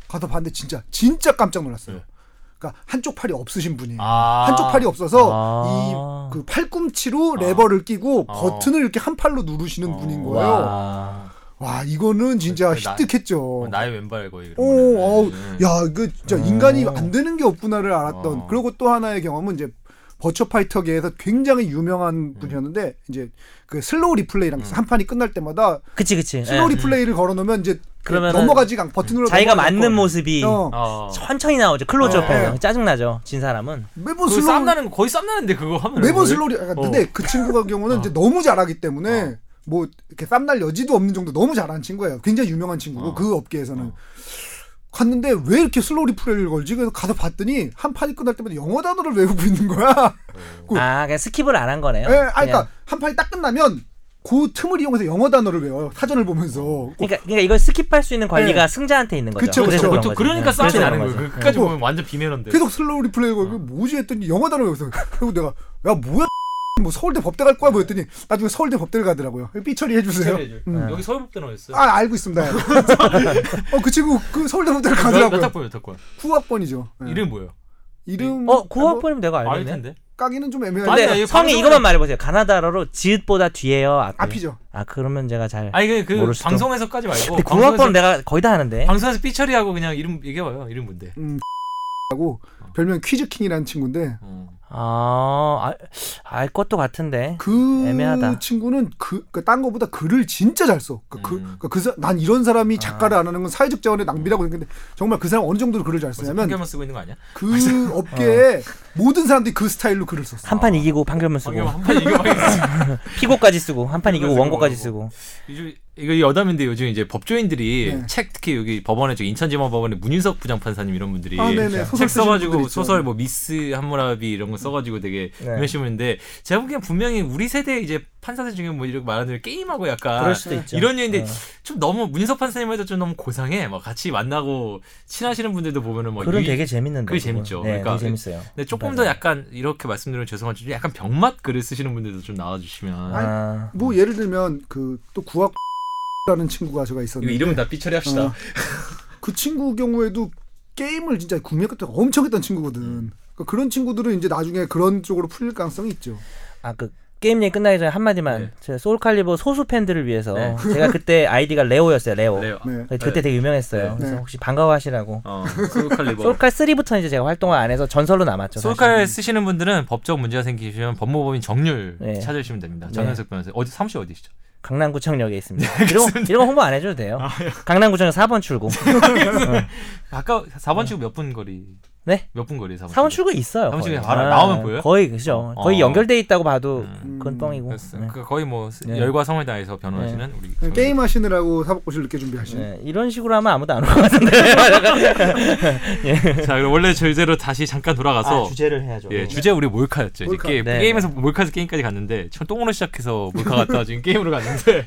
S3: 가서 봤는데 진짜 진짜 깜짝 놀랐어요.
S1: 네.
S3: 그러니까 한쪽 팔이 없으신 분이에요.
S1: 아.
S3: 한쪽 팔이 없어서
S2: 아.
S3: 이 그 팔꿈치로 레버를 끼고
S1: 어.
S3: 버튼을 이렇게 한 팔로 누르시는
S1: 어.
S3: 분인 거예요. 와,
S2: 와.
S3: 이거는 진짜
S1: 그 나-
S3: 히트했죠.
S1: 나의 왼발 거의. 이런 거는.
S3: 오, 아우,
S1: 음.
S3: 야, 그 진짜
S2: 음.
S3: 인간이 안 되는 게 없구나를 알았던.
S1: 어.
S3: 그리고 또 하나의 경험은 이제 버처 파이터계에서 굉장히
S2: 음.
S3: 유명한 분이었는데 이제 그 슬로우 리플레이랑 한 판이 끝날 때마다
S2: 그치 그치.
S3: 슬로우
S2: 음. 예.
S3: 리플레이를 걸어놓으면 이제 그
S2: 그러면은
S3: 넘어가지가 않 버튼으로
S2: 자기가
S3: 넘어가지
S2: 맞는
S3: 않고.
S2: 모습이
S3: 뭐 어,
S1: 어.
S2: 천천히 나오죠. 클로즈업해서
S3: 네.
S2: 짜증 나죠. 진 사람은.
S3: 매번
S1: 그
S3: 슬로우
S1: 쌈나는 거의 쌈나는데 그거 하면.
S3: 매번
S1: 거의?
S3: 슬로우 리- 그러니까 근데 그 친구가 경우는 이제 너무 잘하기 때문에 뭐 이렇게 쌈날 여지도 없는 정도 너무 잘하는 친구예요. 굉장히 유명한 친구고
S1: 어.
S3: 그 업계에서는.
S1: 어.
S3: 갔는데 왜 이렇게 슬로우 리플레이를 걸지? 그래서 가서 봤더니 한 판이 끝날 때마다 영어 단어를 외우고 있는 거야. 그-
S2: 아 그냥 스킵을 안 한 거네요.
S3: 예, 아, 그러니까 한 판이 딱 끝나면 그 틈을 이용해서 영어 단어를 외워요. 사전을 보면서.
S2: 그냥. 그러니까, 그러니까 이걸 스킵할 수 있는 권리가
S3: 네.
S2: 승자한테 있는 거죠.
S3: 그쵸, 그쵸.
S2: 그래서 그런
S1: 보통
S2: 거죠.
S1: 그러니까
S2: 네,
S1: 싸움이
S2: 그래서
S1: 나는
S2: 그런
S1: 거예요.
S2: 거죠.
S1: 그까지
S3: 어.
S1: 보면 완전 비매너인데.
S3: 계속 슬로우 리플레이 걸고 뭐지 했더니 영어 단어를 외워서. 그리고 내가 야 뭐야 뭐 서울대 법대 갈 거야 뭐 했더니 나중에 서울대 법대를 가더라고요. 삐처리 해주세요.
S2: 예.
S3: 음.
S1: 여기 서울대 나왔어요.
S3: 아 알고 있습니다. 어 그 친구 그 서울대 법대를 가더라고요.
S1: 몇학번몇 학번?
S3: 후학번이죠. 예.
S1: 이름 뭐예요?
S3: 이름 뭐
S2: 어 고학번이면 내가
S1: 알
S2: 알겠네.
S1: 텐데.
S3: 까기는 좀 네. 애매한데
S2: 근데
S1: 아니야, 이거
S2: 성이
S1: 방송은-
S2: 이것만 말해보세요. 가나다어로 지읒보다 뒤에요. 앞에.
S3: 앞이죠.
S2: 아 그러면 제가 잘.
S1: 아니 뭐 그, 그
S2: 모를 수도.
S1: 방송에서까지 말고
S2: 근데 고학번
S1: 방송에서,
S2: 내가 거의 다 하는데.
S1: 방송에서 삐처리하고 그냥 이름 얘기해봐요. 이름 뭔데?
S3: 음, 하고 별명 퀴즈킹이라는 친구인데
S2: 음.
S1: 어.
S2: 아, 알, 알 것도 같은데.
S3: 그
S2: 애매하다.
S3: 친구는 그딴 거보다 글을 진짜 잘 써. 그난 그,
S1: 음. 아.
S3: 그난 이런 사람이 작가를 안 하는 건 사회적 자원의 낭비라고 생각했는데 정말 그 사람 어느 정도로 글을 잘
S1: 벌써
S3: 쓰냐면
S1: 판결만 쓰고 있는 거 아니야? 어.
S3: 그 업계에 모든 사람들이 그 스타일로 글을 썼어.
S2: 한 판 이기고 판결문
S1: 아. 방금
S2: 쓰고
S1: 한번 이거 봐.
S2: 피고까지 쓰고 한 판 이기고
S1: 쓰고
S2: 원고까지
S1: 쓰고.
S2: 쓰고.
S1: 요즘 이거 여담인데 요즘 이제 법조인들이
S3: 네.
S1: 책 특히 여기 법원에 저 인천지방법원의 문윤석 부장판사님 이런 분들이
S3: 아, 네네. 소설
S1: 책
S3: 쓰시는 분들
S1: 써가지고
S3: 있죠.
S1: 소설 뭐 미스 함무라비 이런 거 써가지고 되게
S2: 네.
S1: 유명하신 분인데 제가 보기엔 분명히 우리 세대 이제 판사들 중에 뭐 이렇게 말하는 대로 게임하고 약간
S2: 그럴 수도 있죠.
S1: 아, 이런 얘인데
S3: 네.
S2: 어.
S1: 좀 너무 문윤석 판사님 해도 좀 너무 고상해 막 같이 만나고 친하시는 분들도 보면은 뭐
S2: 그런
S1: 유-
S2: 되게 재밌는데.
S1: 그게
S2: 그건.
S1: 재밌죠.
S2: 네,
S1: 그러니까
S2: 되게 재밌어요.
S1: 근데 조금
S2: 맞아요.
S1: 더 약간 이렇게 말씀드리면 죄송하지만 약간 병맛 글을 쓰시는 분들도 좀 나와주시면
S2: 아,
S3: 뭐 예를 들면 그 또 구학라는 친구가 제가
S1: 이거
S3: 있었는데
S1: 이름은 다 삐처리합시다.
S3: 어. 그 친구 경우에도 게임을 진짜 구매 같은 거 엄청 했던
S2: 음.
S3: 친구거든. 그러니까 그런 친구들은 이제 나중에 그런 쪽으로 풀릴 가능성이 있죠.
S2: 아그 게임 얘기 끝나기 전에 한마디만.
S1: 네.
S2: 제가 소울칼리버 소수 팬들을 위해서
S1: 네.
S2: 제가 그때 아이디가 레오였어요. 레오.
S1: 그래요.
S3: 네.
S2: 그때 되게 유명했어요.
S3: 네.
S2: 그래서
S3: 네.
S2: 혹시 반가워하시라고.
S1: 어, 소울칼리버.
S2: 솔칼 3부터 이제 제가 활동을 안 해서 전설로 남았죠. 사실.
S1: 솔칼 쓰시는 분들은 법적 문제가 생기시면 법무법인 정률
S2: 네.
S1: 찾으시면 됩니다. 정현석 변호사 어디 사무실 어디시죠?
S2: 강남구청역에 있습니다.
S1: 네,
S2: 이런 거, 이런 거 홍보 안 해줘도 돼요.
S1: 아, 예.
S2: 강남구청역 4번 출구.
S1: 네. 아까 4번 출구 몇 분 거리?
S2: 네?
S1: 몇 분 거리 4번,
S2: 4번 출구 있어요.
S1: 사원
S2: 거의. 아,
S1: 출구에 바로 나오면 보여요?
S2: 거의 그죠. 거의
S1: 어.
S2: 연결돼 있다고 봐도
S1: 음.
S2: 그건 뻥이고.
S1: 그랬어요.
S2: 네.
S1: 그 거의 뭐 스-
S2: 네.
S1: 열과 성을 다해서 변호하시는 우리 정-
S3: 네. 게임 하시느라고 사복고실 늦게 준비하신.
S2: 네, 이런 식으로 하면 아무도 안 올 것 같은데. 예.
S1: 자 그럼 원래 주제로 다시 잠깐 돌아가서
S2: 주제를 해야죠. 음.
S1: 예 주제 우리 몰카였죠.
S3: 몰카.
S1: 이제 게,
S2: 네.
S1: 임에서 몰카에서 게임까지 갔는데 처음 똥으로 시작해서 몰카 갔다가 지금 게임으로 갔는데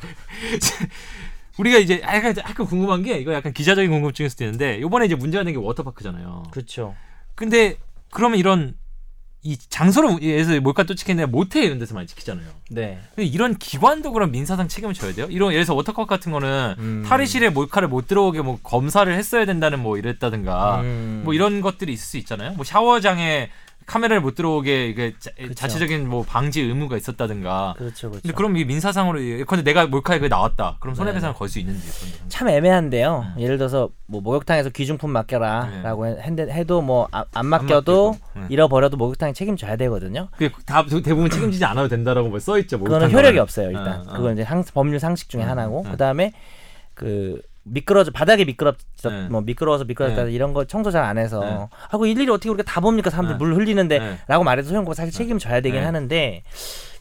S1: 우리가 이제 약간 약간 궁금한 게 이거 약간 기자적인 궁금증일 수도 있는데 요번에 이제 문제가 된 게 워터파크잖아요.
S2: 그렇죠.
S1: 근데 그러면 이런 이 장소로 예서 몰카 또 찍히는데 모텔 이런 데서 많이 찍히잖아요.
S2: 네.
S1: 근데 이런 기관도 그럼 민사상 책임을 져야 돼요? 이런 예를 들어서 워터컵 같은 거는
S2: 음.
S1: 탈의실에 몰카를 못 들어오게 뭐 검사를 했어야 된다는 뭐 이랬다든가
S2: 음.
S1: 뭐 이런 것들이 있을 수 있잖아요. 뭐 샤워장에 카메라를 못 들어오게 이게 자,
S2: 그쵸.
S1: 자체적인 뭐 방지 의무가 있었다든가.
S2: 그렇죠, 그렇죠.
S1: 근데 그럼 이 민사상으로 이- 근데 내가 몰카에 그 나왔다. 그럼 손해배상을
S2: 네.
S1: 걸 수 있는지. 그런 거.
S2: 참 애매한데요. 예를 들어서 뭐 목욕탕에서 귀중품
S1: 음. 네.
S2: 맡겨라라고 했는데 해도 뭐 안 맡겨도
S1: 맡기고. 네.
S2: 잃어버려도 목욕탕이 책임져야 되거든요.
S1: 그게 다 대부분 책임지지 않아도 된다라고 뭐 써있죠.
S2: 그거는
S1: 몰카는.
S2: 효력이 없어요. 일단
S1: 어, 어.
S2: 그건 이제 상- 법률 상식 중에
S1: 음,
S2: 하나고
S1: 음.
S2: 그다음에 그 미끄러져 바닥이 미끄럽
S1: 네.
S2: 뭐 미끄러워서 미끄럽다
S1: 네.
S2: 이런 거 청소 잘 안 해서
S1: 네.
S2: 하고 일일이 어떻게 우리가 다 봅니까 사람들
S1: 네.
S2: 물 흘리는데
S1: 네.
S2: 라고 말해도 소용없고 사실 책임져야 되긴
S1: 네.
S2: 하는데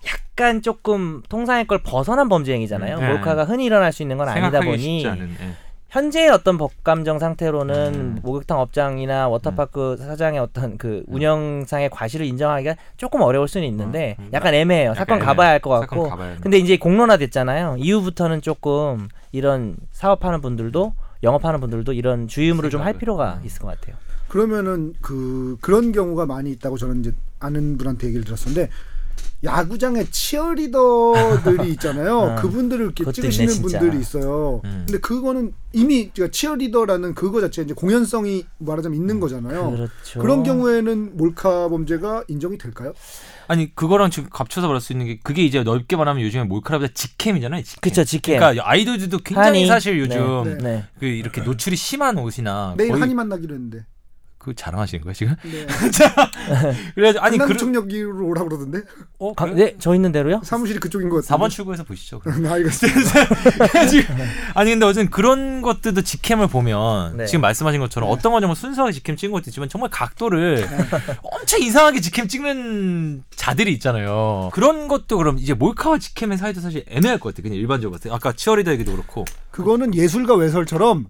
S2: 약간 조금 통상의 걸 벗어난 범죄 행위잖아요.
S1: 네.
S2: 몰카가 흔히 일어날 수 있는 건 아니다
S1: 생각하기
S2: 보니
S1: 쉽지 않은. 예.
S2: 현재의 어떤 법감정 상태로는
S1: 음.
S2: 목욕탕 업장이나 워터파크 사장의 어떤 그 운영상의 과실을 인정하기가 조금 어려울 수는 있는데
S1: 음.
S2: 약간 애매해요.
S1: 약간
S2: 사건
S1: 애매해요.
S2: 가봐야 할 것
S1: 사건
S2: 같고.
S1: 가봐야 합니다.
S2: 근데 이제 공론화 됐잖아요. 이후부터는 조금 이런 사업하는 분들도 영업하는 분들도 이런 주의무를 좀 할
S1: 생각을.
S2: 필요가
S1: 음.
S2: 있을 것 같아요.
S3: 그러면은 그 그런 경우가 많이 있다고 저는 이제 아는 분한테 얘기를 들었었는데 야구장에 치어리더들이 있잖아요.
S2: 어,
S3: 그분들을 이렇게
S2: 그것도
S3: 찍으시는
S2: 있네, 진짜.
S3: 분들이 있어요.
S1: 음.
S3: 근데 그거는 이미 제가 치어리더라는 그거 자체 이제 공연성이 말하자면 있는 거잖아요.
S2: 음. 그렇죠.
S3: 어, 그런 경우에는 몰카 범죄가 인정이 될까요?
S1: 아니 그거랑 지금 겹쳐서 말할 수 있는 게 그게 이제 넓게 말하면 요즘에 몰카라보다 직캠이잖아요. 직캠.
S2: 그쵸, 직캠.
S1: 그러니까 아이돌들도 굉장히
S2: 한이.
S1: 사실 요즘
S3: 네.
S2: 네.
S1: 그 이렇게 노출이 심한 옷이나
S3: 내일
S1: 거의
S3: 한이 만나기로 했는데.
S1: 그 자랑하시는 거예요 지금?
S3: 네.
S1: 그래 아니
S3: 아니
S1: 그
S3: 충격기로 오라 그러던데
S1: 어,
S2: 가-
S1: 그래?
S2: 네, 저 있는 대로요?
S3: 사무실이 그쪽인 것 같은데.
S1: 4번 출구에서 보시죠. 그럼.
S3: 네, 알겠어요.
S1: 지금- 아니 근데 어쨌든 그런 것들도 직캠을 보면
S2: 네. 네.
S1: 지금 말씀하신 것처럼 어떤 건 정말 순수하게 직캠 찍은 것도 있지만 정말 각도를 엄청 이상하게 직캠 찍는 자들이 있잖아요. 그런 것도 그럼 이제 몰카와 직캠의 사이도 사실 애매할 것 같아요. 그냥 일반적으로 같아요. 아까 치어리더 얘기도 그렇고
S3: 그거는 예술가 외설처럼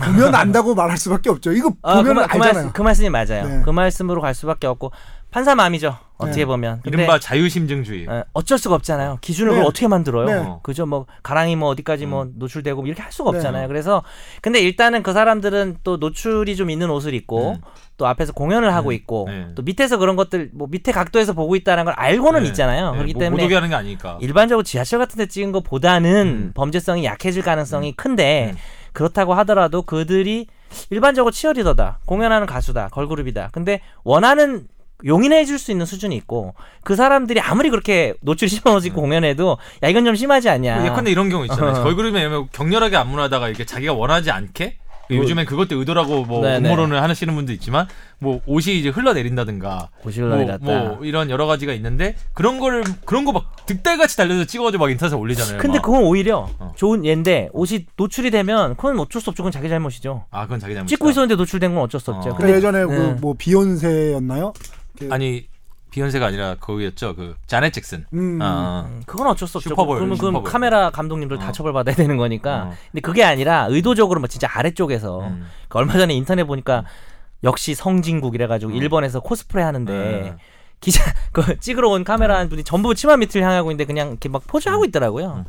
S3: 보면 안다고 말할 수밖에 없죠. 이거
S2: 아, 그,
S3: 보면
S2: 말- 그,
S3: 알잖아요.
S2: 말씀, 그 말씀이 맞아요.
S3: 네.
S2: 그 말씀으로 갈 수밖에 없고 판사 마음이죠. 어떻게
S3: 네.
S2: 보면. 근데
S1: 이른바 자유심증주의.
S2: 예, 어쩔 수가 없잖아요. 기준을
S3: 네.
S2: 그걸 어떻게 만들어요?
S3: 네.
S2: 그죠? 뭐 가랑이 뭐 어디까지
S1: 음.
S2: 뭐 노출되고 이렇게 할 수가
S3: 네.
S2: 없잖아요. 그래서 근데 일단은 그 사람들은 또 노출이 좀 있는 옷을 입고
S1: 음.
S2: 또 앞에서 공연을 하고 있고
S1: 네.
S2: 또 밑에서 그런 것들 뭐 밑에 각도에서 보고 있다는 걸 알고는
S1: 네.
S2: 있잖아요.
S1: 네,
S2: 그렇기
S1: 뭐
S2: 때문에
S1: 못 오게 하는 게 아니니까.
S2: 일반적으로 지하철 같은 데 찍은 것보다는
S1: 음.
S2: 범죄성이 약해질 가능성이 큰데
S1: 음.
S2: 그렇다고 하더라도 그들이 일반적으로 치어리더다 공연하는 가수다 걸그룹이다 근데 원하는 용인해 줄 수 있는 수준이 있고 그 사람들이 아무리 그렇게 노출이 심한 옷 입고 공연해도 야 이건 좀 심하지 않냐
S1: 음. 뭐 예컨대 이런 경우 있잖아요.
S2: 어.
S1: 걸그룹에 왜냐면 격렬하게 안무하다가 이게 자기가 원하지 않게 요즘엔 그것도 의도라고 뭐
S2: 네네.
S1: 음모론을 하시는 분도 있지만 뭐 옷이 이제 흘러내린다든가
S2: 고실런이
S1: 뭐,
S2: 났다
S1: 뭐 이런 여러 가지가 있는데 그런 거를 그런 거 막 득달같이 달려서 찍어가지고 막 인터넷에 올리잖아요.
S2: 근데
S1: 막.
S2: 그건 오히려
S1: 어.
S2: 좋은 예인데 옷이 노출이 되면 그건 어쩔 수 없죠 그건 자기 잘못이죠
S1: 아 그건 자기 잘못.
S2: 찍고 있었는데 노출된 건 어쩔 수 없죠
S1: 어.
S3: 그
S2: 근데
S3: 예전에
S2: 네.
S3: 그 뭐 비욘세였나요? 이렇게
S1: 아니 비욘세가 아니라 그거였죠. 그 자넷 잭슨.
S3: 음.
S1: 아,
S2: 음, 그건 어쩔 수 없죠.
S1: 슈퍼볼,
S2: 그러면 그건
S1: 슈퍼볼.
S2: 카메라 감독님들
S1: 어.
S2: 다 처벌받아야 되는 거니까.
S1: 어.
S2: 근데 그게 아니라 의도적으로 뭐 진짜 아래쪽에서
S1: 음.
S2: 그 얼마 전에 인터넷 보니까 역시 성진국이라 가지고 일본에서 코스프레 하는데
S1: 음. 네.
S2: 기자 그 찍으러 온 카메라 한 분이 전부 치마 밑을 향하고 있는데 그냥 이렇게 막 포즈하고
S1: 음.
S2: 있더라고요.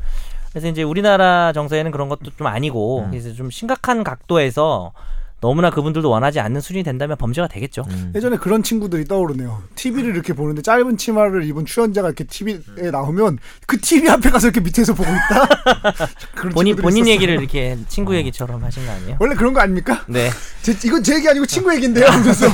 S2: 그래서 이제 우리나라 정서에는 그런 것도 좀 아니고
S1: 음.
S2: 그래서 좀 심각한 각도에서 너무나 그분들도 원하지 않는 수준이 된다면 범죄가 되겠죠.
S1: 음.
S3: 예전에 그런 친구들이 떠오르네요. TV를 이렇게 보는데 짧은 치마를 입은 출연자가 이렇게 TV에 나오면 그 TV 앞에 가서 이렇게 밑에서 보고 있다. 그런
S2: 본인
S3: 친구들이
S2: 본인
S3: 있었어요.
S2: 얘기를 이렇게 친구 얘기처럼 하신 거 아니에요?
S3: 원래 그런 거 아닙니까?
S2: 네.
S1: 음.
S3: 제, 이건 제 얘기 아니고 친구 얘기인데요. 하면서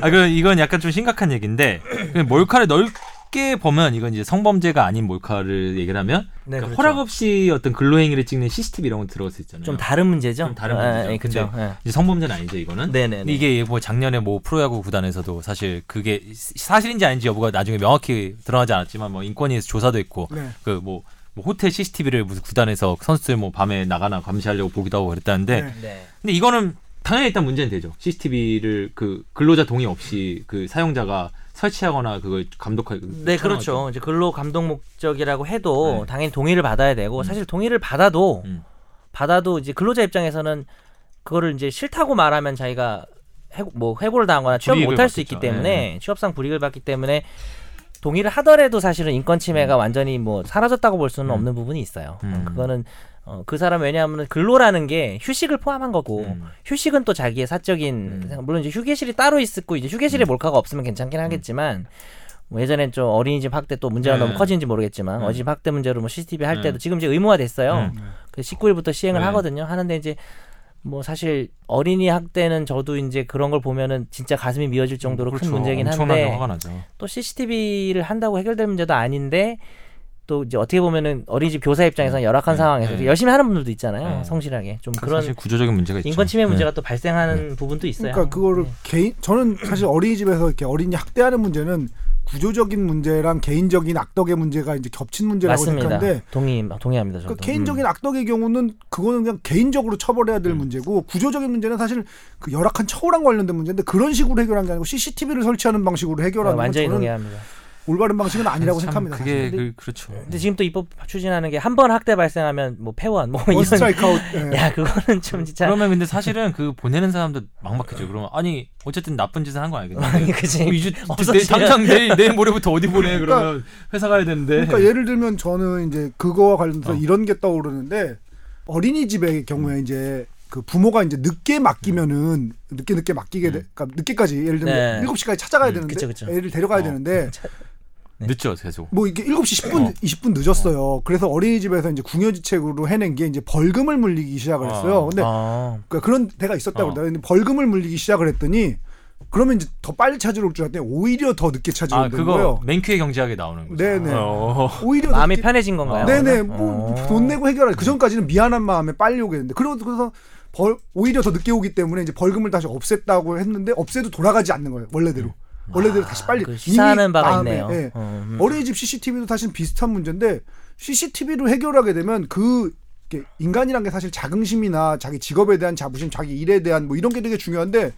S1: 아, 그 이건 약간 좀 심각한 얘기인데 그냥 몰카를 넓게 보면 이건 이제 성범죄가 아닌 몰카를 얘기를 하면
S2: 네,
S1: 그러니까
S2: 그렇죠.
S1: 허락 없이 어떤 근로행위를 찍는 CCTV 이런 거 들어갔을 있잖아요.
S2: 좀 다른 문제죠.
S1: 좀 다른
S2: 예,
S1: 문제죠.
S2: 예, 그죠.
S1: 근데
S2: 예.
S1: 이제 성범죄는 아니죠 이거는.
S2: 네네.
S1: 근데 이게 뭐 작년에 뭐 프로야구 구단에서도 사실 그게 시- 사실인지 아닌지 여부가 나중에 명확히 드러나지 않았지만 뭐 인권위에서 조사도 있고
S3: 네.
S1: 그 뭐 뭐 호텔 CCTV를 무슨 구단에서 선수들 뭐 밤에 나가나 감시하려고 보기도 하고 그랬다는데
S3: 네.
S2: 네.
S1: 근데 이거는 당연히 일단 문제는 되죠. CCTV를 그 근로자 동의 없이 그 사용자가 설치하거나 그걸 감독하기
S2: 네, 그렇죠. 이제 근로 감독 목적이라고 해도
S1: 음, 네.
S2: 당연히 동의를 받아야 되고
S1: 음.
S2: 사실 동의를 받아도
S1: 음.
S2: 받아도 이제 근로자 입장에서는 그거를 이제 싫다고 말하면 자기가 해고, 뭐 해고를 당하거나 취업
S1: 불이익을
S2: 못할 수 있기
S1: 받겠죠. 네.
S2: 때문에 취업상 불이익을 받기 때문에 동의를 하더라도 사실은 인권 침해가 완전히 뭐 사라졌다고 볼 수는
S1: 음.
S2: 없는 부분이 있어요.
S1: 음.
S2: 그거는 어, 그 사람 왜냐하면 근로라는 게 휴식을 포함한 거고
S1: 음.
S2: 휴식은 또 자기의 사적인
S1: 음.
S2: 생각- 물론 이제 휴게실이 따로 있고 이제 휴게실에 몰카가 없으면 괜찮긴 하겠지만 뭐 예전엔 좀 어린이집 학대 또 문제가
S1: 네.
S2: 너무 커진지 모르겠지만
S1: 네.
S2: 어린이집 학대 문제로 뭐 CCTV 할
S1: 네.
S2: 때도 지금 이제 의무화 됐어요.
S1: 음.
S2: 그 19일부터 시행을
S1: 네.
S2: 하거든요. 하는데 이제 뭐 사실 어린이 학대는 저도 이제 그런 걸 보면은 진짜 가슴이 미어질 정도로
S1: 그렇죠.
S2: 큰 문제긴
S1: 엄청나게
S2: 한데
S1: 화가 나죠.
S2: 또 CCTV를 한다고 해결될 문제도 아닌데 또 이제 어떻게 보면은 어린이집 교사 입장에서는 열악한
S1: 네.
S2: 상황에서
S1: 네.
S2: 열심히 하는 분들도 있잖아요.
S1: 네.
S2: 성실하게 좀
S1: 그런
S2: 그런
S1: 사실 구조적인 문제가 있죠.
S2: 인권 침해
S1: 네.
S2: 문제가 또 발생하는 부분도 있어요.
S3: 그러니까 그거를
S2: 네.
S3: 개인 저는 사실 어린이집에서 이렇게 어린이 학대하는 문제는 구조적인 문제랑 개인적인 악덕의 문제가 이제 겹친 문제라고
S2: 맞습니다.
S3: 생각하는데
S2: 동의 동의합니다. 저도. 음.
S3: 그러니까 개인적인 악덕의 경우는 그거는 그냥 개인적으로 처벌해야 될
S1: 음.
S3: 문제고 구조적인 문제는 사실 그 열악한 처우랑 관련된 문제인데 그런 식으로 해결한 게 아니고 CCTV를 설치하는 방식으로
S2: 아,
S3: 해결하는 건
S2: 완전히
S3: 저는 네.
S2: 동의합니다.
S3: 올바른 방식은 아니라고
S1: 네. 참
S3: 생각합니다.
S1: 그게
S3: 사실.
S1: 그, 그렇죠.
S2: 근데 지금 또 입법 추진하는 게 한 번 학대 발생하면 뭐 폐원 뭐
S3: 원
S2: 이런
S3: 스트라이크 아웃. 어, 예.
S2: 야 그거는 좀 진짜
S1: 그러면 근데 사실은 그 보내는 사람도 막막해져. 그러면 아니 어쨌든 나쁜 짓을 한 거 알겠는데
S2: 아니 그지
S1: 이주 내,
S2: 뭐 없어지면-
S1: 당장 내일 내일 모레부터 어디 보내 그러면 회사 가야 되는데.
S3: 그러니까 예를 들면 저는 이제 그거와 관련해서
S1: 네. 어.
S3: 이런 게 떠오르는데 어린이집의 경우에 이제 그 부모가 이제 늦게 맡기면은 늦게 늦게 맡기게 돼. 그러니까 늦게까지 예를 들면
S2: 네.
S3: 일곱 시까지 찾아가야
S1: 음,
S3: 되는데
S2: 그쵸, 그쵸.
S3: 애를 데려가야
S1: 어.
S3: 되는데
S1: 늦죠 계속.
S3: 뭐 이게 7시 10분
S1: 어.
S3: 20분 늦었어요. 그래서 어린이집에서 이제 궁여지책으로 해낸 게 이제 벌금을 물리기 시작을
S1: 어.
S3: 했어요. 근데
S2: 아,
S3: 그러니까 그런 데가
S1: 어.
S3: 있었다고 그러더라고요. 근데 벌금을 물리기 시작을 했더니 그러면 이제 더 빨리 찾으러 올 줄 알았더니 오히려 더 늦게 찾으러
S1: 아
S3: 오는 거예요.
S1: 그거 맨큐의 경제학에 나오는 거죠.
S3: 네네.
S1: 어.
S3: 오히려 더
S2: 마음이
S3: 늦게-
S2: 편해진 건가요?
S3: 네. 네네
S2: 그러면?
S3: 뭐
S2: 어.
S3: 돈 내고 해결할 그 전까지는 미안한 마음에 빨리 오겠는데 그러고 그래서 벌 오히려 더 늦게 오기 때문에 이제 벌금을 다시 없앴다고 했는데 없애도 돌아가지 않는 거예요 원래대로 원래대로 다시 빨리
S2: 그 시사하는
S3: 이미
S2: 바가
S3: 마음에,
S2: 있네요.
S3: 예.
S2: 어, 음.
S3: 어린이집 CCTV도 사실 비슷한 문제인데 CCTV로 해결하게 되면 그 이렇게 인간이란 게 사실 자긍심이나 자기 직업에 대한 자부심, 자기 일에 대한 뭐 이런 게 되게 중요한데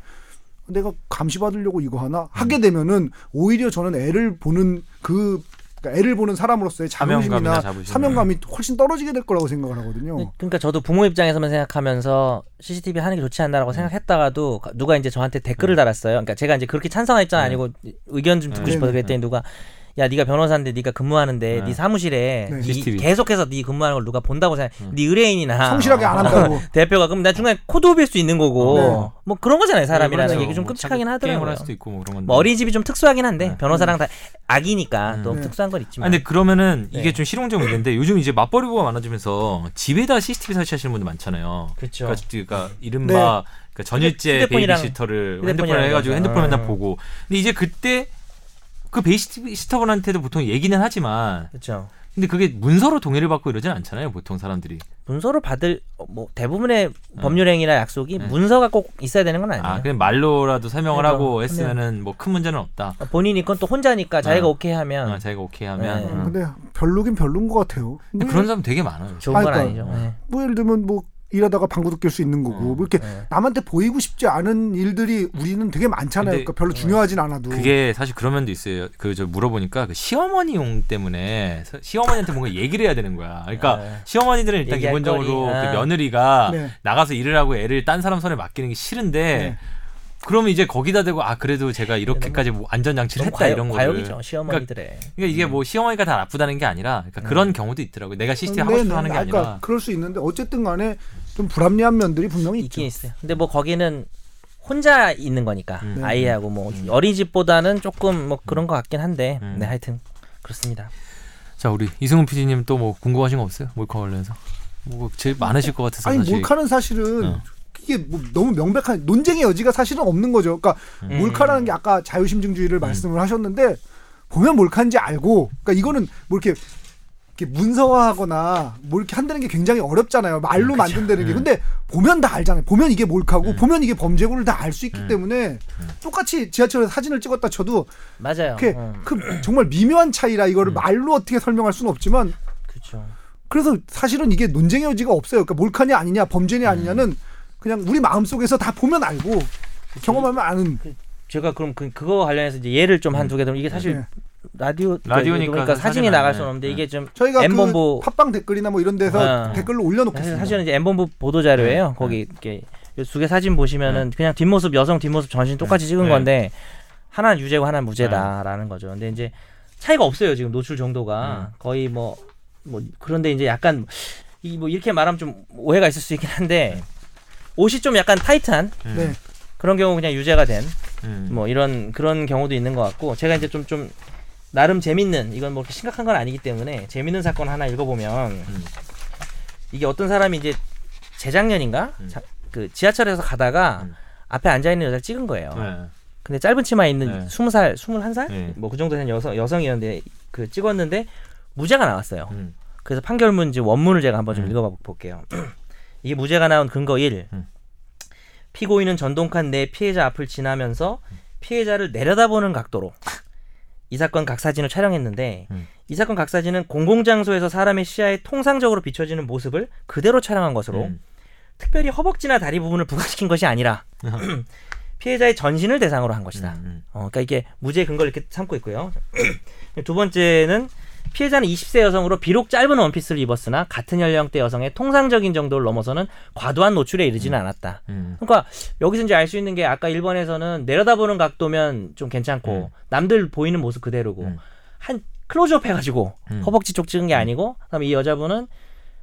S3: 내가 감시 받으려고 이거
S1: 음.
S3: 하나 하게 되면은 오히려 저는 애를 보는 그 그러니까 애를 보는 사람으로서의
S1: 사명감이나
S3: 자긍심이나
S1: 자부심.
S3: 사명감이 훨씬 떨어지게 될 거라고 생각을 하거든요.
S2: 그러니까 저도 부모 입장에서만 생각하면서 CCTV 하는 게 좋지
S3: 네.
S2: 않나라고 생각했다가도 가- 누가 이제 저한테 댓글을 달았어요. 그러니까 제가 이제 그렇게 찬성한 입장 은
S1: 네.
S2: 아니고 의견 좀 듣고
S1: 네.
S2: 싶어서
S3: 네,
S2: 그랬더니 누가 야 네가 변호사인데 네가 근무하는데
S1: 네.
S2: 네, 사무실에
S3: 네. 음.
S2: 네
S1: CCTV.
S2: 계속해서 네 근무하는 걸 누가 본다고 생각. 네 의뢰인이나
S3: 성실하게 안
S1: 아. 네.
S3: 한다고.
S2: 대표가 그럼 나 중간에 코드업일 수 있는 거고
S3: 네.
S2: 뭐 그런 거잖아요 사람이라는
S1: 그렇죠.
S2: 게 이게 좀
S1: 뭐 자기
S2: 끔찍하긴
S1: 게임을
S2: 하더라고요.
S1: 할 수도 있고 뭐 그런 건데.
S2: 뭐 어린이집이 좀 특수하긴 한데
S1: 네.
S2: 변호사랑 다 악이니까 또
S3: 네.
S2: 특수한 건
S1: 아,
S2: 있지만.
S1: 근데 그러면은 이게
S2: 네.
S1: 좀 실용적 문제인데 요즘 이제 맞벌이 부가 많아지면서 집에다 CCTV 설치하시는 분들 많잖아요.
S2: 그렇죠. 네.
S1: 그러니까, 그러니까 이른바 그러니까 전일제
S2: 휴대폰이랑-
S1: 베이비시터를
S2: 휴대폰이랑
S1: 핸드폰을 해가지고
S2: 그러죠.
S1: 핸드폰을 다
S2: 음.
S1: 보고. 근데 이제 그때 그 베이비시터분한테도 보통 얘기는 하지만
S2: 그렇죠.
S1: 근데 그게 문서로 동의를 받고 이러진 않잖아요 보통 사람들이.
S2: 문서를 받을 어, 뭐 대부분의 법률 행위나 약속이
S1: 음.
S2: 문서가 꼭 있어야 되는 건 아니에요.
S1: 아 그냥 말로라도 설명을
S2: 그래서
S1: 하고
S2: 하면-
S1: 했으면은 뭐 큰 문제는 없다.
S2: 어, 본인이 그건 또 혼자니까 자기가
S1: 어.
S2: 오케이 하면
S1: 아, 자기가 오케이 하면.
S2: 네.
S1: 음. 근데,
S3: 근데 별로긴 별론 것 같아요. 뭐
S1: 그런 사람 되게 많아요.
S2: 좋은 건
S3: 그러니까.
S2: 아니죠. 네.
S3: 뭐 예를 들면 뭐 일하다가 방구도 낄 수 있는
S1: 음,
S3: 거고 뭐 이렇게
S2: 네.
S3: 남한테 보이고 싶지 않은 일들이 우리는 되게 많잖아요.
S1: 근데 네.
S3: 그러니까 별로 중요하진 않아도
S1: 그게 사실 그런 면도 있어요. 그 저 물어보니까 그 시어머니용 때문에 서- 시어머니한테 뭔가 얘기를 해야 되는 거야. 그러니까
S2: 네.
S1: 시어머니들은 일단
S2: 얘기할
S1: 기본적으로
S2: 거리.
S1: 그
S2: 아.
S1: 며느리가
S3: 네.
S1: 나가서 일을 하고 애를 딴 사람 손에 맡기는 게 싫은데
S3: 네.
S1: 그러면 이제 거기다 대고 아 그래도 제가 이렇게까지 뭐 안전 장치를
S2: 너무
S1: 했다
S2: 과욕,
S1: 이런 거를
S2: 과욕이죠 시어머니들의.
S1: 그러니까 이게 뭐 시어머니가 다 나쁘다는 게 아니라 그러니까 그런 경우도 있더라고요. 내가 시스템 하고
S3: 네,
S1: 싶어
S3: 네,
S1: 하는 게
S3: 아, 그러니까
S1: 아니라
S3: 그럴 수 있는데 어쨌든 간에 좀 불합리한 면들이 분명히 있죠.
S2: 있긴 있어요. 근데 뭐 거기는 혼자 있는 거니까
S1: 음.
S2: 아이하고 뭐 어린이집보다는 조금 뭐 그런 것 같긴 한데
S1: 음.
S2: 네 하여튼 그렇습니다.
S1: 자 우리 이승훈 PD님 또 뭐 궁금하신 거 없어요? 몰카 관련해서 뭐 제일 많으실 것 같아서
S3: 아니
S1: 사실
S3: 몰카는 사실은
S1: 어.
S3: 이게 뭐 너무 명백한 논쟁의 여지가 사실은 없는 거죠. 그러니까
S2: 음.
S3: 몰카라는 게 아까
S1: 음.
S3: 자유심증주의를 말씀을 하셨는데 보면 몰카인지 알고 그러니까 이거는 뭐 이렇게 이렇게 문서화하거나 뭐 이렇게 한다는 게 굉장히 어렵잖아요. 말로 만든다는 게.
S1: 음.
S3: 근데 보면 다 알잖아요. 보면 이게 몰카고 보면 이게 범죄고를 다 알 수 있기
S1: 음.
S3: 때문에 똑같이 지하철에서 사진을 찍었다 쳐도
S2: 맞아요.
S3: 그게
S2: 음,
S1: 음.
S3: 그 정말 미묘한 차이라 이거를 말로 어떻게 설명할 수는 없지만
S2: 그렇죠.
S3: 그래서 사실은 이게 논쟁의 여지가 없어요. 그러니까 몰카냐 아니냐,
S2: 음.
S3: 범죄냐 아니냐는 그냥 우리 마음 속에서 다 보면 알고 경험하면 아는.
S2: 제가 그럼 그, 그거 관련해서 이제 예를 좀 한 두 개 들면 이게 사실
S3: 네.
S2: 음. 라디오
S1: 라디오니까
S2: 그러니까
S1: 사진이
S2: 사진이 나갈
S1: 나가네.
S2: 수는 없는데 이게 좀
S3: 저희가 그
S2: 엠범보
S3: 팟빵 댓글이나 뭐 이런 데서
S2: 아.
S3: 댓글로 올려놓겠습니다. 네,
S2: 사실은 이제 엠본부 보도 자료예요. 거기 이렇게 두 개 사진 보시면은 그냥 뒷모습 여성 뒷모습 전신 똑같이 찍은
S1: 네.
S2: 건데 하나는 유죄고 하나는 무죄다라는
S3: 네.
S2: 거죠. 근데 이제 차이가 없어요 지금 노출 정도가 거의 뭐 뭐 그런데 이제 약간 이 뭐 이렇게 말하면 좀 오해가 있을 수 있긴 한데 옷이 좀 약간 타이트한
S1: 음.
S3: 네.
S2: 그런 경우 그냥 유죄가 된
S1: 음.
S2: 뭐 이런 그런 경우도 있는 것 같고 제가 이제 좀 좀 나름 재밌는 이건 뭐 이렇게 심각한 건 아니기 때문에 재밌는 사건 하나 읽어보면
S1: 음.
S2: 이게 어떤 사람이 이제 재작년인가
S1: 음.
S2: 자- 그 지하철에서 가다가
S1: 음.
S2: 앞에 앉아 있는 여자를 찍은 거예요.
S1: 네.
S2: 근데 짧은 치마
S1: 네.
S2: 있는 스무 살 스물한 살
S1: 네.
S2: 뭐 그 정도 된 여성 여성이었는데 그 찍었는데 무죄가 나왔어요.
S1: 음.
S2: 그래서 판결문 이제 원문을 제가 한번 좀
S1: 음.
S2: 읽어봐 볼게요. 이게 무죄가 나온 근거 1.
S1: 음.
S2: 피고인은 전동칸 내 피해자 앞을 지나면서 피해자를 내려다보는 각도로 이 사건 각사진을 촬영했는데
S1: 음.
S2: 이 사건 각사진은 공공장소에서 사람의 시야에 통상적으로 비춰지는 모습을 그대로 촬영한 것으로
S1: 음.
S2: 특별히 허벅지나 다리 부분을 부각시킨 것이 아니라 피해자의 전신을 대상으로 한 것이다.
S1: 음.
S2: 어, 그러니까 이게 무죄 근거를 이렇게 삼고 있고요. 두 번째는 피해자는 20세 여성으로 비록 짧은 원피스를 입었으나 같은 연령대 여성의 통상적인 정도를 넘어서는 과도한 노출에 이르지는 않았다.
S1: 음.
S2: 그러니까 여기서 이제 알 수 있는 게 아까 일본에서는 내려다보는 각도면 좀 괜찮고 남들 보이는 모습 그대로고
S1: 음.
S2: 한 클로즈업 해가지고
S1: 음.
S2: 허벅지 쪽 찍은 게 아니고 그다음에 이 여자분은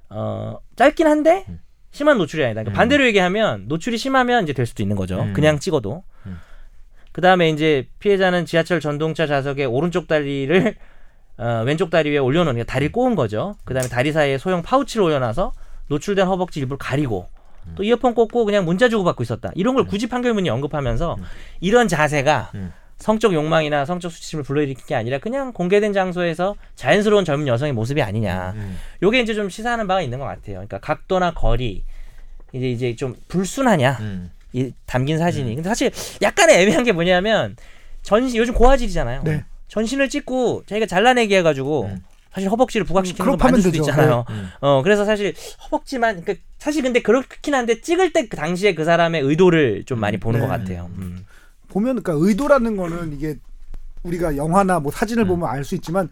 S2: 어 짧긴 한데
S1: 음.
S2: 심한 노출이 아니다.
S1: 음.
S2: 그러니까 반대로 얘기하면 노출이 심하면 이제 될 수도 있는 거죠.
S1: 음.
S2: 그냥 찍어도.
S1: 음.
S2: 그다음에 이제 피해자는 지하철 전동차 좌석의 오른쪽 다리를 어, 왼쪽 다리 위에 올려놓는 게 다리 꼬은 거죠. 그다음에 다리 사이에 소형 파우치를 올려놔서 노출된 허벅지 일부를 가리고
S3: 음.
S2: 또 이어폰 꽂고 그냥 문자 주고 받고 있었다. 이런 걸 굳이 판결문이 언급하면서
S3: 음.
S2: 이런 자세가
S1: 음.
S2: 성적 욕망이나 성적 수치심을 불러일으킨 게 아니라 그냥 공개된 장소에서 자연스러운 젊은 여성의 모습이 아니냐.
S1: 음.
S2: 요게 이제 좀 시사하는 바가 있는 것 같아요. 그러니까 각도나 거리 이제 이제 좀 불순하냐
S1: 음.
S2: 이 담긴 사진이.
S3: 음.
S2: 근데 사실 약간의 애매한 게 뭐냐면 전신 요즘 고화질이잖아요.
S3: 네.
S2: 전신을 찍고 자기가 잘라내기 해가지고
S1: 음.
S2: 사실 허벅지를 부각시키는 거
S3: 그렇게 하면
S2: 만들 수도
S3: 되죠. 네.
S2: 있잖아요.
S1: 음.
S2: 어 그래서 사실 허벅지만 그러니까 사실 근데 그렇긴 한데 찍을 때 그 당시에 그 사람의 의도를 좀 많이 보는
S3: 네.
S2: 것 같아요. 음.
S3: 보면 그러니까 의도라는 거는 이게 우리가 영화나 뭐 사진을
S1: 음.
S3: 보면 알 수 있지만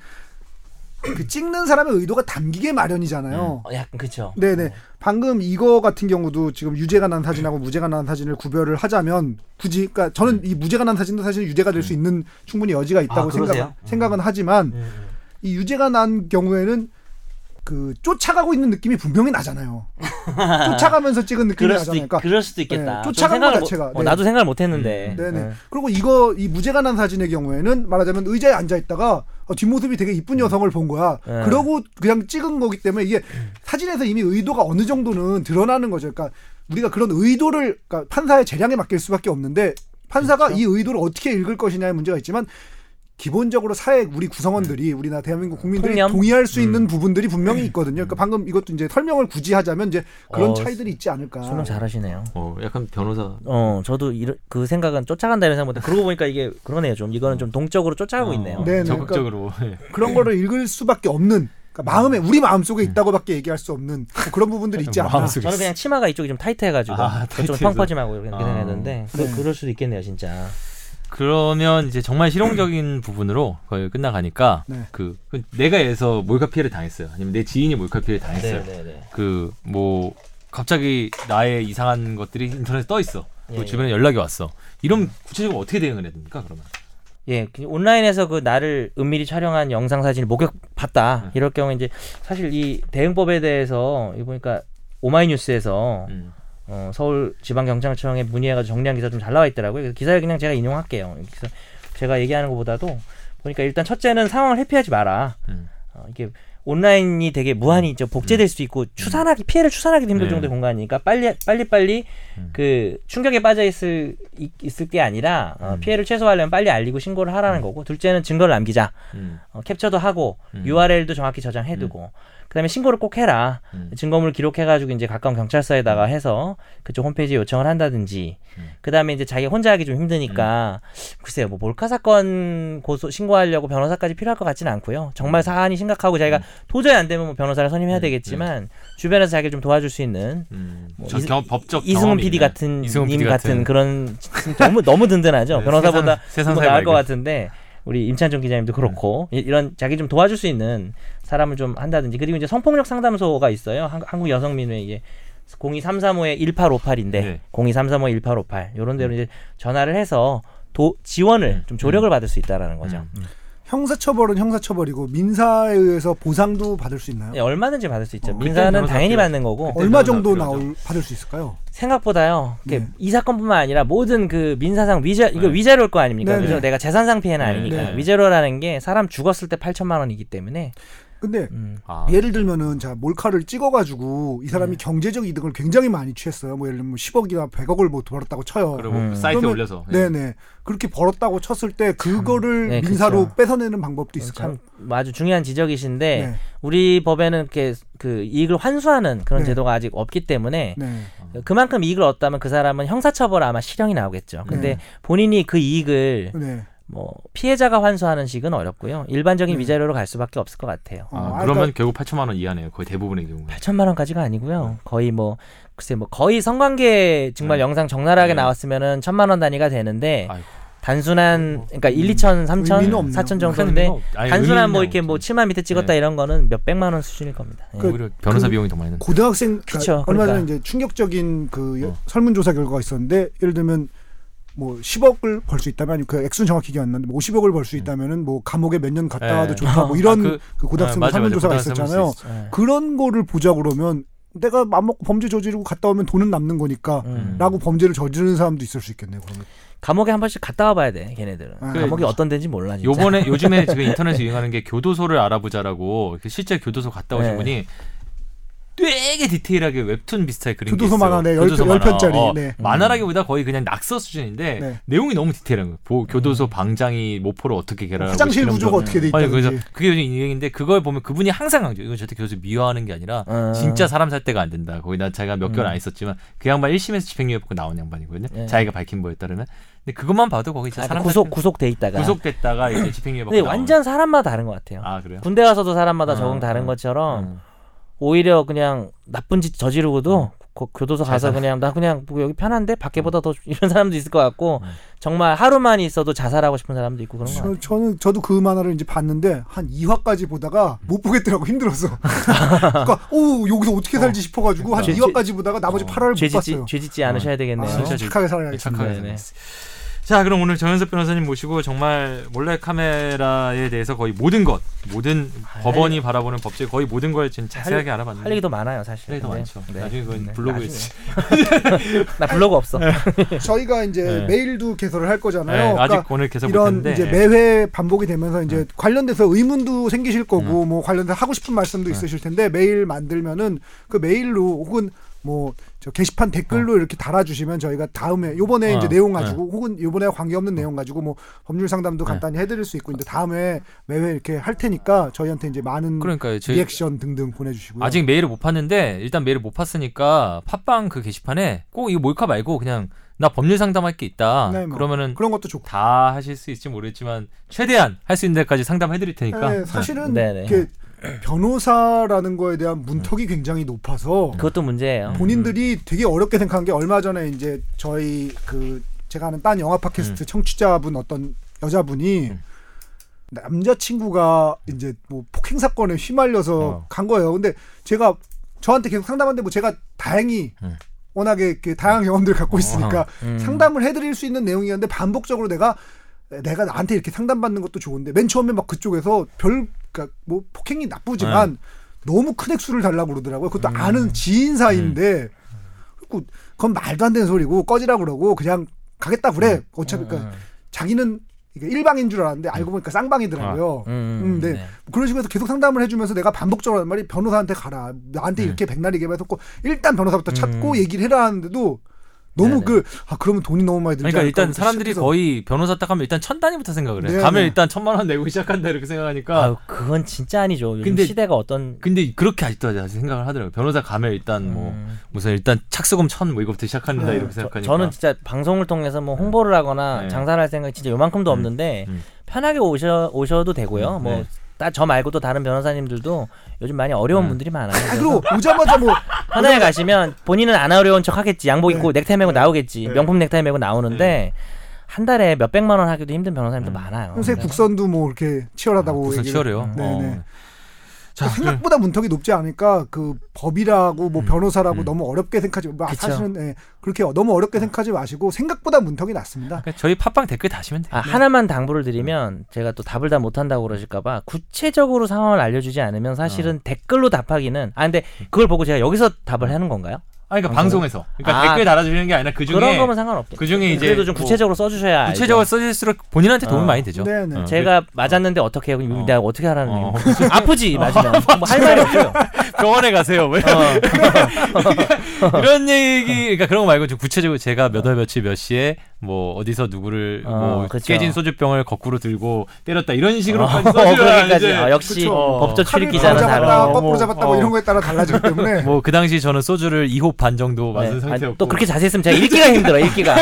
S3: 그 찍는 사람의 의도가 담기게 마련이잖아요.
S2: 어, 약간 그쵸.
S3: 네네. 방금 이거 같은 경우도 지금 유죄가 난 사진하고
S2: 네.
S3: 무죄가 난 사진을 구별을 하자면 굳이 그러니까 저는 이 무죄가 난 사진도 사실 유죄가 될 수 있는 충분히 여지가 있다고
S2: 네. 아, 그러세요? 네,
S3: 생각 생각은 하지만
S1: 음.
S3: 이 유죄가 난 경우에는 그 쫓아가고 있는 느낌이 분명히 나잖아요. 쫓아가면서 찍은 느낌이
S2: 그럴 수도 있,
S3: 나잖아요. 그러니까
S2: 그럴 수도 있겠다.
S3: 네,
S2: 좀
S3: 쫓아간 거
S2: 생각을 못-
S3: 자체가,
S2: 어,
S3: 네.
S2: 나도 생각을 못했는데.
S3: 네네.
S2: 네.
S3: 그리고 이거 이 무죄가 난 사진의 경우에는 말하자면 의자에 앉아 있다가 어, 뒷모습이 되게 이쁜 여성을 본 거야.
S2: 음. 네.
S3: 그러고 그냥 찍은 거기 때문에 이게 사진에서 이미 의도가 어느 정도는 드러나는 거죠. 그러니까 우리가 그런 의도를 그러니까 판사의 재량에 맡길 수밖에 없는데 판사가
S2: 그렇죠.
S3: 이 의도를 어떻게 읽을 것이냐의 문제가 있지만 기본적으로 사회 우리 구성원들이 우리나 대한민국 국민들이
S2: 음. 통념? 음.
S3: 동의할 수 있는 부분들이 분명히 있거든요. 그러니까 방금 이것도 이제 설명을 굳이 하자면 이제 그런
S2: 어,
S3: 차이들이 있지 않을까.
S2: 설명 잘하시네요.
S1: 어, 약간 변호사.
S2: 어, 저도 이런 그 생각은 쫓아간다 이런 생각보다 그러고 보니까 이게 그러네요. 좀 이거는 좀 동적으로 쫓아가고
S1: 어,
S2: 있네요.
S3: 네, 네.
S1: 적극적으로. 예.
S3: 그런 거를 읽을 수밖에 없는 그러니까 마음에 우리 마음 속에 있다고밖에 얘기할 수 없는 뭐 그런 부분들이 있지 않나.
S1: 마음속에
S2: 저는 그냥 치마가 이쪽이 좀 타이트해가지고
S1: 아,
S2: 좀
S1: 타이트해서.
S2: 펑퍼짐하고 이렇게
S1: 아.
S2: 생각했는데
S3: 네.
S2: 그, 그럴 수도 있겠네요, 진짜.
S1: 그러면 이제 정말 실용적인 부분으로 거의 끝나가니까
S3: 네.
S1: 그, 그 내가 해서 몰카 피해를 당했어요. 아니면 내 지인이 몰카 피해를 당했어요.
S2: 네.
S1: 그 뭐 갑자기 나의 이상한 것들이 인터넷에 떠 있어.
S2: 예,
S1: 그
S2: 예.
S1: 주변에 연락이 왔어. 이런 구체적으로 어떻게 대응을 해야 됩니까? 그러면
S2: 예, 그 온라인에서 그 나를 은밀히 촬영한 영상 사진을 목격봤다.
S1: 음.
S2: 이럴 경우 이제 사실 이 대응법에 대해서 이 보니까 오마이뉴스에서
S1: 음.
S2: 어, 서울지방경찰청에 문의해가지고 정리한 기사 좀 잘 나와 있더라고요. 그래서 기사를 그냥 제가 인용할게요. 그래서 제가 얘기하는 것보다도 보니까 일단 첫째는 상황을 회피하지 마라.
S1: 음.
S2: 어, 이게 온라인이 되게 무한히 저 복제될 수도 있고 추산하기 피해를 추산하기도 힘들
S1: 음. 네.
S2: 정도의 공간이니까 빨리 빨리 빨리
S1: 음.
S2: 그 충격에 빠져 있을 있- 있을 게 아니라 어,
S1: 음.
S2: 피해를 최소화하려면 빨리 알리고 신고를 하라는 거고 둘째는 증거를 남기자
S1: 음.
S2: 어, 캡처도 하고
S1: 음.
S2: URL도 정확히 저장해두고 그다음에 신고를 꼭 해라.
S1: 음.
S2: 증거물 기록해가지고 이제 가까운 경찰서에다가 해서 그쪽 홈페이지에 요청을 한다든지.
S1: 음.
S2: 그다음에 이제 자기가 혼자 하기 좀 힘드니까 글쎄요, 뭐 몰카 사건 고소 신고하려고 변호사까지 필요할 것 같지는 않고요. 정말 사안이 심각하고 자기가 도저히 안 되면 뭐 변호사를 선임해야
S1: 음,
S2: 되겠지만 주변에서 자기를 좀 도와줄 수 있는
S1: 음,
S2: 뭐
S1: 저
S2: 이승-
S1: 경- 법적
S2: 이승훈
S1: 경험이
S2: PD
S1: 있는.
S2: 같은
S1: 이승훈
S2: 님
S1: PD
S2: 같은 그런 너무 너무 든든하죠.
S1: 네,
S2: 변호사보다
S1: 세상, 세상
S2: 뭐
S1: 사회
S2: 나을 것
S1: 발견.
S2: 같은데 우리 임찬종 기자님도 그렇고 이- 이런 자기 좀 도와줄 수 있는 사람을 좀 한다든지 그리고 이제 성폭력 상담소가 있어요 한, 한국 여성민회 이게 02335의 1858인데
S1: 네.
S2: 02335의 1858 이런 데로 이제 전화를 해서 도 지원을
S1: 음.
S2: 좀 조력을 받을 수 있다라는 거죠.
S1: 음.
S3: 형사처벌은 형사처벌이고 민사에 의해서 보상도 받을 수 있나요?
S2: 네, 얼마든지 받을 수 있죠.
S3: 어,
S2: 민사는
S1: 그때는
S2: 당연히
S1: 변호사
S2: 받는 거고
S1: 그때
S3: 얼마
S1: 변호사
S3: 정도
S1: 필요하죠.
S3: 나올 받을 수 있을까요?
S2: 생각보다요. 이게
S3: 네.
S2: 이 사건뿐만 아니라 모든 그 민사상 위자 이거
S1: 네.
S2: 위자료일 거 아닙니까?
S3: 네,
S2: 그죠?
S3: 네.
S2: 내가 재산상 피해는
S1: 네,
S2: 아니니까
S1: 네.
S2: 위자료라는 게 사람 죽었을 때 8천만 원이기 때문에
S3: 근데
S2: 음.
S1: 아,
S3: 예를 들면은 자 몰카를 찍어가지고 이 사람이 경제적 이득을 굉장히 많이 취했어요. 뭐 예를 들면 10억이나 100억을 뭐 벌었다고 쳐요.
S1: 그리고
S2: 음.
S1: 사이트에
S3: 그러면-
S1: 올려서 예.
S3: 네네 그렇게 벌었다고 쳤을 때 그거를
S2: 네,
S3: 민사로
S2: 그쵸.
S3: 뺏어내는 방법도 있을까요?
S2: 참 아주 중요한 지적이신데
S3: 네,
S2: 우리 법에는 이렇게 그 이익을 환수하는 그런
S3: 네.
S2: 제도가 아직 없기 때문에
S3: 네.
S2: 그만큼 이익을 얻다면 그 사람은 형사처벌 아마 실형이 나오겠죠. 근데
S3: 네.
S2: 본인이 그 이익을
S3: 네.
S2: 뭐 피해자가 환수하는 식은 어렵고요. 일반적인
S3: 네.
S2: 위자료로 갈 수밖에 없을 것 같아요.
S3: 어,
S1: 아,
S3: 아,
S1: 그러면
S3: 그러니까-
S1: 결국 8천만 원 이하네요. 거의 대부분의 경우에.
S2: 8천만 원까지가
S3: 네.
S2: 아니고요. 거의 뭐 글쎄 뭐 거의 성관계 정말
S1: 네.
S2: 영상 적나라하게
S1: 네.
S2: 나왔으면은 천만 원 단위가 되는데
S1: 아이고.
S2: 단순한 그러니까 1,
S3: 음.
S2: 2천,
S3: 의미는
S2: 3천,
S3: 없네요.
S2: 4천
S1: 큰
S2: 정도인데
S1: 의미가 없- 아니,
S2: 단순한
S1: 의미는
S2: 뭐 이렇게 뭐
S1: 없죠.
S2: 치마 밑에 찍었다
S1: 네.
S2: 이런 거는 몇 백만 원 수준일 겁니다. 예.
S3: 그-
S1: 오히려 변호사
S3: 그-
S1: 비용이 더 많이 든.
S3: 고등학생
S2: 그쵸,
S3: 얼마 전에
S2: 그러니까.
S3: 이제 충격적인 그 여-
S1: 어.
S3: 설문조사 결과가 있었는데 예를 들면 뭐 10억을 벌 수 있다면 아니면 그 액수는 정확히 기억 안 나는데 뭐 50억을 벌 수 있다면은 뭐 감옥에 몇 년 갔다
S1: 음. 네.
S3: 와도 좋다 뭐
S1: 아,
S3: 이런
S1: 그-
S3: 그, 고등학생
S1: 아, 맞아, 맞아.
S3: 설문조사가
S1: 고등학생
S3: 있었잖아요.
S1: 설문조사
S2: 예.
S3: 그런 거를 보자 그러면 내가 맘먹고 범죄 저지르고 갔다 오면 돈은 남는 거니까
S2: 음.
S3: 라고 범죄를 저지르는 사람도 있을 수 있겠네요. 그러면.
S2: 감옥에 한 번씩 갔다 와봐야 돼 걔네들은
S3: 아,
S2: 감옥이 어떤 데인지 몰라 진짜
S1: 그 요번에 요즘에 지금 인터넷에 유행하는 게 교도소를 알아보자라고 이렇게 실제 교도소 갔다 오신
S2: 네.
S1: 분이 되게 디테일하게 웹툰 비슷하게 그린
S3: 교도소
S1: 게 있어요. 어,
S3: 만화네, 열- 열 편짜리, 네.
S1: 만화라기보다 거의 그냥 낙서 수준인데
S3: 네.
S1: 내용이 너무 디테일한 거예요. 보- 교도소 방장이 모포를 어떻게 개발하고
S3: 화장실
S1: 시키는
S3: 구조가
S1: 거.
S3: 어떻게 돼
S1: 아니 그래서
S3: 있다든지
S1: 그게 요즘 유행인데 그걸 보면 그분이 항상 강조. 이건 절대 교수 미워하는 게 아니라
S2: 음.
S1: 진짜 사람 살 때가 안 된다. 거기 나 자기가 몇 개월 안 있었지만 그 양반 1심에서 집행유예 받고 나온 양반이거든요.
S2: 네.
S1: 자기가 밝힌 거에 따르면 근데 그것만 봐도 거기 진짜
S2: 아,
S1: 사람
S2: 구속 구속돼 있다가
S1: 됐다가 이제 집행유예 받고
S2: 근데
S1: 나온.
S2: 완전 사람마다 다른 것 같아요
S1: 아 그래요?
S2: 군대 와서도 사람마다
S1: 음,
S2: 적응 다른
S1: 음,
S2: 것처럼
S1: 음.
S2: 오히려 그냥 나쁜 짓 저지르고도 그 교도소
S1: 잘
S2: 가서
S1: 살아.
S2: 그냥 나 그냥 뭐 여기 편한데 밖에보다 더 좋- 이런 사람도 있을 것 같고
S1: 음.
S2: 정말 하루만 있어도 자살하고 싶은 사람도 있고 그런 거 같아요.
S3: 저, 저는 저도 그 만화를 이제 봤는데 한 2화까지 보다가 못 보겠더라고 힘들어서 그러니까 오 여기서 어떻게 살지 싶어가지고 한
S2: 죄-
S3: 2화까지 보다가 나머지
S1: 어.
S3: 8화를 못
S2: 죄짓지
S3: 봤어요.
S2: 죄짓지 않으셔야
S3: 아,
S2: 되겠네요.
S1: 진짜 죄-
S3: 착하게 살아야겠다.
S1: 착하게
S2: 네네.
S1: 생겼어. 자 그럼 오늘 정현석 변호사님 모시고 정말 몰래 카메라에 대해서 거의 모든 것 모든 법원이 바라보는 법제 거의 모든 걸 지금 자세하게 알아봤는데
S2: 아, 할 얘기도 많아요 사실.
S1: 할 얘기도
S2: 근데-
S1: 많죠.
S2: 네.
S1: 나중에 그건
S2: 네.
S1: 블로그에
S2: 나중에. 나 블로그 없어.
S3: 저희가 이제
S1: 네.
S3: 메일도 개설을 할 거잖아요.
S1: 네,
S3: 그러니까
S1: 아직 오늘 계속
S3: 이런
S1: 못했는데 네.
S3: 이제
S1: 예.
S3: 매회 반복이 되면서 이제 관련돼서 의문도 생기실 거고
S1: 네.
S3: 뭐 관련돼서 하고 싶은 말씀도
S1: 음.
S3: 있으실 텐데 메일 만들면은 그 메일로 혹은 뭐 저 게시판 댓글로 이렇게 달아주시면 저희가 다음에 요번에
S1: 어,
S3: 이제 내용
S1: 네. 어.
S3: 가지고 혹은 요번에 관계없는 내용 가지고 뭐 법률 상담도
S1: 네.
S3: 간단히 해드릴 수 있고 이제 다음에 매회 이렇게 할 테니까 저희한테 이제 많은
S1: 그러니까 저희
S3: 리액션 등등 보내주시고요.
S1: 아직 메일을 못 팠는데 일단 메일을 못 팠으니까 팟빵 그 게시판에 꼭 이거 몰카 말고 그냥 나 법률 상담할 게 있다
S3: 네, 뭐.
S1: 그러면은
S3: 그런 것도 좋고.
S1: 다 하실 수 있을지 모르겠지만 최대한 할 수 있는 데까지 상담해 드릴 테니까
S3: 네, 사실은
S2: 네, 네.
S3: 이렇게 변호사라는 거에 대한 문턱이 굉장히 높아서
S2: 그것도
S1: 음.
S2: 문제예요.
S3: 본인들이 되게 어렵게 생각한 게 얼마 전에 이제 저희 그 제가 아는 딴 영화 팟캐스트 청취자분 어떤 여자분이
S1: 음.
S3: 남자친구가 이제 뭐 폭행 사건에 휘말려서
S1: 어.
S3: 간 거예요. 근데 제가 저한테 계속 상담하는데 뭐 제가 다행히
S1: 음. 어.
S3: 워낙에 이렇게 다양한 경험들을 갖고 있으니까
S2: 음.
S3: 상담을 해드릴 수 있는 내용이었는데 반복적으로 내가 내가 나한테 이렇게 상담받는 것도 좋은데 맨 처음에 막 그쪽에서 별 그러니까 뭐 폭행이 나쁘지만 너무 큰 액수를 달라고 그러더라고요. 그것도 아는 지인 사이인데 그리고 그건 말도 안 되는 소리고 꺼지라 그러고 그냥 가겠다 그래.
S2: 음.
S3: 어차피 그러니까 자기는 이게 일방인 줄 알았는데 알고 보니까 쌍방이더라고요.
S2: 음,
S3: 음, 네.
S2: 네.
S3: 그런 식으로 해서 계속 상담을 해주면서 내가 반복적으로 하는 말이
S1: 네. 음.
S3: 변호사한테 가라. 나한테 이렇게 백날 얘기해봐서 일단 변호사부터 찾고 얘기를 해라 하는데도 너무
S2: 네네.
S3: 그 아 그러면 돈이 너무 많이 들지
S1: 그러니까
S3: 않을까?
S1: 일단 사람들이
S3: 싶어서.
S1: 거의 변호사 딱 하면 일단 천 단위부터 생각을 해.
S3: 네,
S1: 가면
S3: 네.
S1: 일단 천만 원 내고 시작한다 이렇게 생각하니까.
S2: 아유, 그건 진짜 아니죠. 요즘
S1: 근데-
S2: 시대가 어떤
S1: 근데 그렇게 아직도 아직 생각을 하더라고요. 변호사 가면 일단 뭐
S2: 음,
S1: 무슨 일단 착수금 천 뭐 이거부터 시작한다
S3: 네,
S1: 이렇게
S2: 저,
S1: 생각하니까. 아,
S2: 저는 진짜 방송을 통해서 뭐 홍보를 하거나
S1: 네.
S2: 장사를 할 생각이 진짜 요만큼도
S1: 음,
S2: 없는데
S1: 음.
S2: 편하게 오셔 오셔도 되고요.
S1: 음, 네.
S2: 뭐 다 저 말고도 다른 변호사님들도 요즘 많이 어려운
S1: 음.
S2: 분들이 많아요.
S3: 아 그리고 오자마자 뭐
S1: 아,
S2: 하나에 가시면 본인은 안 어려운 척 하겠지. 양복
S3: 네.
S2: 입고 넥타이 메고 나오겠지.
S3: 네.
S2: 명품 넥타이 메고 나오는데 한 달에 몇 백만 원 하기도 힘든 변호사님도
S1: 네. 음.
S2: 많아요.
S3: 평소에 국선도 뭐 이렇게 치열하다고
S1: 우선
S3: 얘기를-
S1: 아, 치열해요.
S3: 네,
S1: 어.
S3: 네.
S1: 자, 그럼-
S3: 생각보다 문턱이 높지 않으니까 그 법이라고 뭐
S1: 음,
S3: 변호사라고
S1: 음.
S3: 너무 어렵게 생각하지 마.
S2: 그쵸.
S3: 사실은 예, 그렇게 너무 어렵게 생각하지 마시고 생각보다 문턱이 낮습니다.
S1: 그러니까 저희 팟빵 댓글 다시면 돼요.
S2: 아, 하나만 당부를 드리면 제가 또 답을 다 못한다고 그러실까봐 구체적으로 상황을 알려주지 않으면 사실은
S1: 아.
S2: 댓글로 답하기는 아 근데 그걸 보고 제가 여기서 답을 하는 건가요?
S1: 아, 그러니까 방송에서. 그러니까
S2: 아.
S1: 댓글 달아주는 게 아니라 그 중에
S2: 그런 거면 상관없겠죠.
S1: 그중에 이제
S2: 그래도 좀
S1: 뭐
S2: 구체적으로 써주셔야 알죠.
S1: 구체적으로 써질수록 본인한테 도움이
S2: 어.
S1: 많이 되죠.
S3: 네, 네.
S1: 어.
S2: 제가 맞았는데 어떻게 해요? 그럼
S1: 어.
S2: 내가 어떻게 하라는
S1: 어.
S2: 얘기예요? 아프지 맞으면 뭐 할 말이 없어요.
S1: 병원에 가세요. 뭐 이런-
S2: 어.
S1: 이런 얘기, 그러니까 그런 거 말고 좀 구체적으로 제가 몇 월 며칠 몇 시에 뭐 어디서 누구를
S2: 어,
S1: 뭐
S2: 그쵸.
S1: 깨진 소주병을 거꾸로 들고 때렸다 이런 식으로까지
S2: 어,
S1: 써줘야
S2: 거기까지.
S1: 이제
S2: 아, 역시
S1: 그쵸.
S2: 법조
S3: 칼을
S2: 출입기자는 네.
S3: 바로 잡았다,
S2: 다르고.
S3: 거꾸로 잡았다 뭐
S1: 어.
S3: 이런 거에 따라 달라지기 때문에
S1: 뭐 그 당시 저는 소주를 2홉 반 정도 마신
S2: 네.
S1: 상태였고
S2: 아니, 또 그렇게 자세히 쓰면 제가 읽기가 힘들어. 읽기가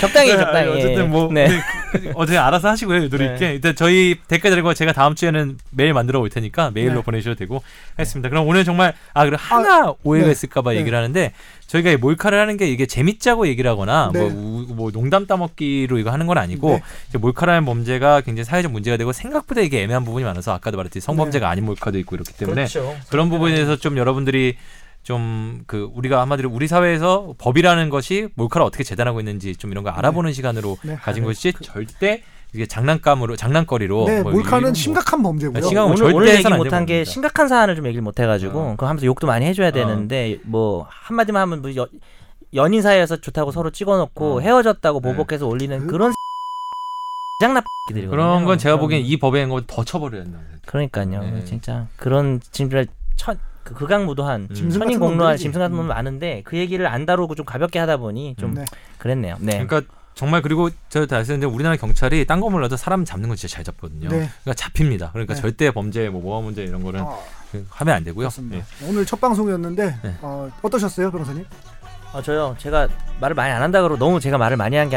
S2: 적당히
S1: 네, 아니,
S2: 적당히.
S1: 어쨌든 뭐
S2: 네.
S1: 네, 그- 어제 알아서 하시고요 누리
S2: 네.
S1: 있게 일단 저희 댓글 달고 제가 다음 주에는 메일 만들어 올 테니까 메일로
S3: 네.
S1: 보내주셔도 되고 했습니다. 그럼 오늘 정말 아 그리고 하나 오해가
S3: 네.
S1: 있을까봐
S3: 네.
S1: 얘기를 하는데 저희가 이 몰카를 하는 게 이게 재밌자고 얘기를 하거나
S3: 네.
S1: 뭐, 우- 뭐 농담 따먹기로 이거 하는 건 아니고
S3: 네.
S1: 이제 몰카라는 범죄가 굉장히 사회적 문제가 되고 생각보다 이게 애매한 부분이 많아서 아까도 말했듯이 성범죄가 아닌 몰카도 있고 이렇기 때문에
S2: 그렇죠.
S1: 그런 부분에서 좀 여러분들이 좀 그 우리가 한마디로 우리 사회에서 법이라는 것이 몰카를 어떻게 재단하고 있는지 좀 이런 걸 알아보는 시간으로
S3: 네.
S1: 가진 것이 절대 이게 장난감으로 장난거리로
S3: 네,
S1: 뭐
S3: 몰카는
S1: 이런 뭐-
S3: 심각한
S1: 네,
S3: 범죄고요.
S1: 심각한- 절대
S2: 오늘, 오늘 얘기
S1: 해서는 안
S2: 못한
S1: 되는
S2: 게
S1: 겁니다.
S2: 심각한 사안을 좀 얘기를 못 해가지고
S1: 어.
S2: 그거 하면서 욕도 많이 해줘야 되는데 뭐 한마디만 하면 뭐 여, 연인 사이에서 좋다고 서로 찍어놓고
S1: 어.
S2: 헤어졌다고
S1: 네.
S2: 보복해서 올리는
S3: 그-
S2: 그런 장나 들이
S1: 그런 건 제가
S3: 네.
S1: 보기엔 이 법에 있는 걸더 처벌해야 된다고 생각해요.
S2: 그러니까요
S1: 네. 진짜
S2: 진짜 그런 진짜 천 그, 극악무도한
S1: 음.
S3: 짐승 같은
S2: 천인 공로한
S3: 놈들이지.
S2: 짐승 같은 놈 많은데 그 얘기를 안 다루고 좀 가볍게 하다 보니 좀
S1: 음.
S3: 네.
S2: 그랬네요. 네.
S1: 그러니까 정말 그리고 제가 다시 했는데 우리나라 경찰이 딴 거 몰라도 사람 잡는 건 진짜 잘 잡거든요.
S3: 네.
S1: 그러니까 잡힙니다. 그러니까
S3: 네.
S1: 절대 범죄 뭐 모함 문제 이런 거는
S3: 아,
S1: 그 하면 안 되고요.
S3: 그렇습니다.
S1: 예.
S3: 오늘 첫 방송이었는데
S1: 네.
S3: 어, 어떠셨어요, 변호사님?
S2: 아 저요 제가 말을 많이 안 한다 그러고 너무 제가 말을 많이 한 게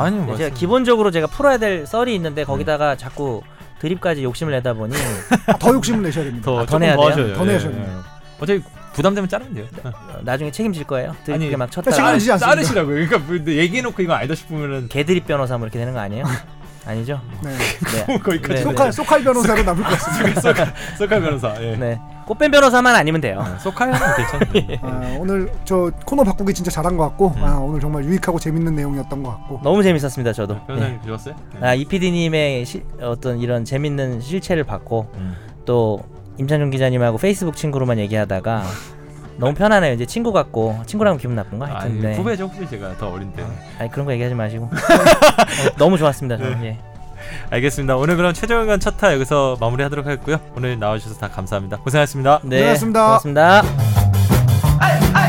S1: 아니요, 뭐
S2: 근데 제가
S1: 맞습니다. 네.
S2: 기본적으로 제가 풀어야 될 썰이 있는데 거기다가 자꾸 드립까지 욕심을 내다 보니
S3: 아, 더 욕심을 내셔야 됩니다.
S1: 더
S2: 아, 더
S1: 조금
S2: 내야 돼요?
S1: 하셔요.
S3: 더
S1: 예,
S3: 내셔야
S1: 예.
S3: 돼요.
S1: 어차피 부담되면 자르면 돼요.
S2: 어, 나중에 책임질 거예요 드립게
S1: 아니,
S2: 막 쳤다가
S3: 책임지지 않습니다.
S1: 자르시라고요. 그러니까 뭐 근데 얘기해놓고 이거 아니다 싶으면은
S2: 개드립 변호사 뭐 이렇게 되는 거 아니에요? 아니죠?
S3: 네.
S2: 네.
S1: 거기까지
S2: 네, 네.
S3: 소칼 소칼 변호사로 남을 것 같습니다.
S1: 소칼 변호사. 예.
S2: 네 꽃뱀 변호사만 아니면 돼요.
S1: 소칼은 괜찮네.
S3: 아, 오늘 저 코너 바꾸기 진짜 잘한 것 같고
S1: 음.
S3: 아, 오늘 정말 유익하고 재밌는 내용이었던 것 같고
S2: 너무 재밌었습니다 저도.
S1: 네, 변호사님 들었어요?
S2: 아 이피디님의 어떤 이런 재밌는 실체를 받고
S1: 음.
S2: 또 임찬종 기자님하고 페이스북 친구로만 얘기하다가 너무 편하네요. 이제 친구 같고 친구라면 기분 나쁜 거 하여튼
S1: 아니,
S2: 네.
S1: 후배죠 후배 제가 더 어린데.
S2: 아니 그런 거 얘기하지 마시고 어, 너무 좋았습니다 저는
S1: 네.
S2: 예.
S1: 알겠습니다. 오늘 그럼 최종의견 첫타 여기서 마무리하도록 하겠고요. 오늘 나와주셔서 다 감사합니다. 고생하셨습니다.
S2: 네,
S3: 고생하셨습니다.
S2: 고맙습니다.
S5: 아이 아이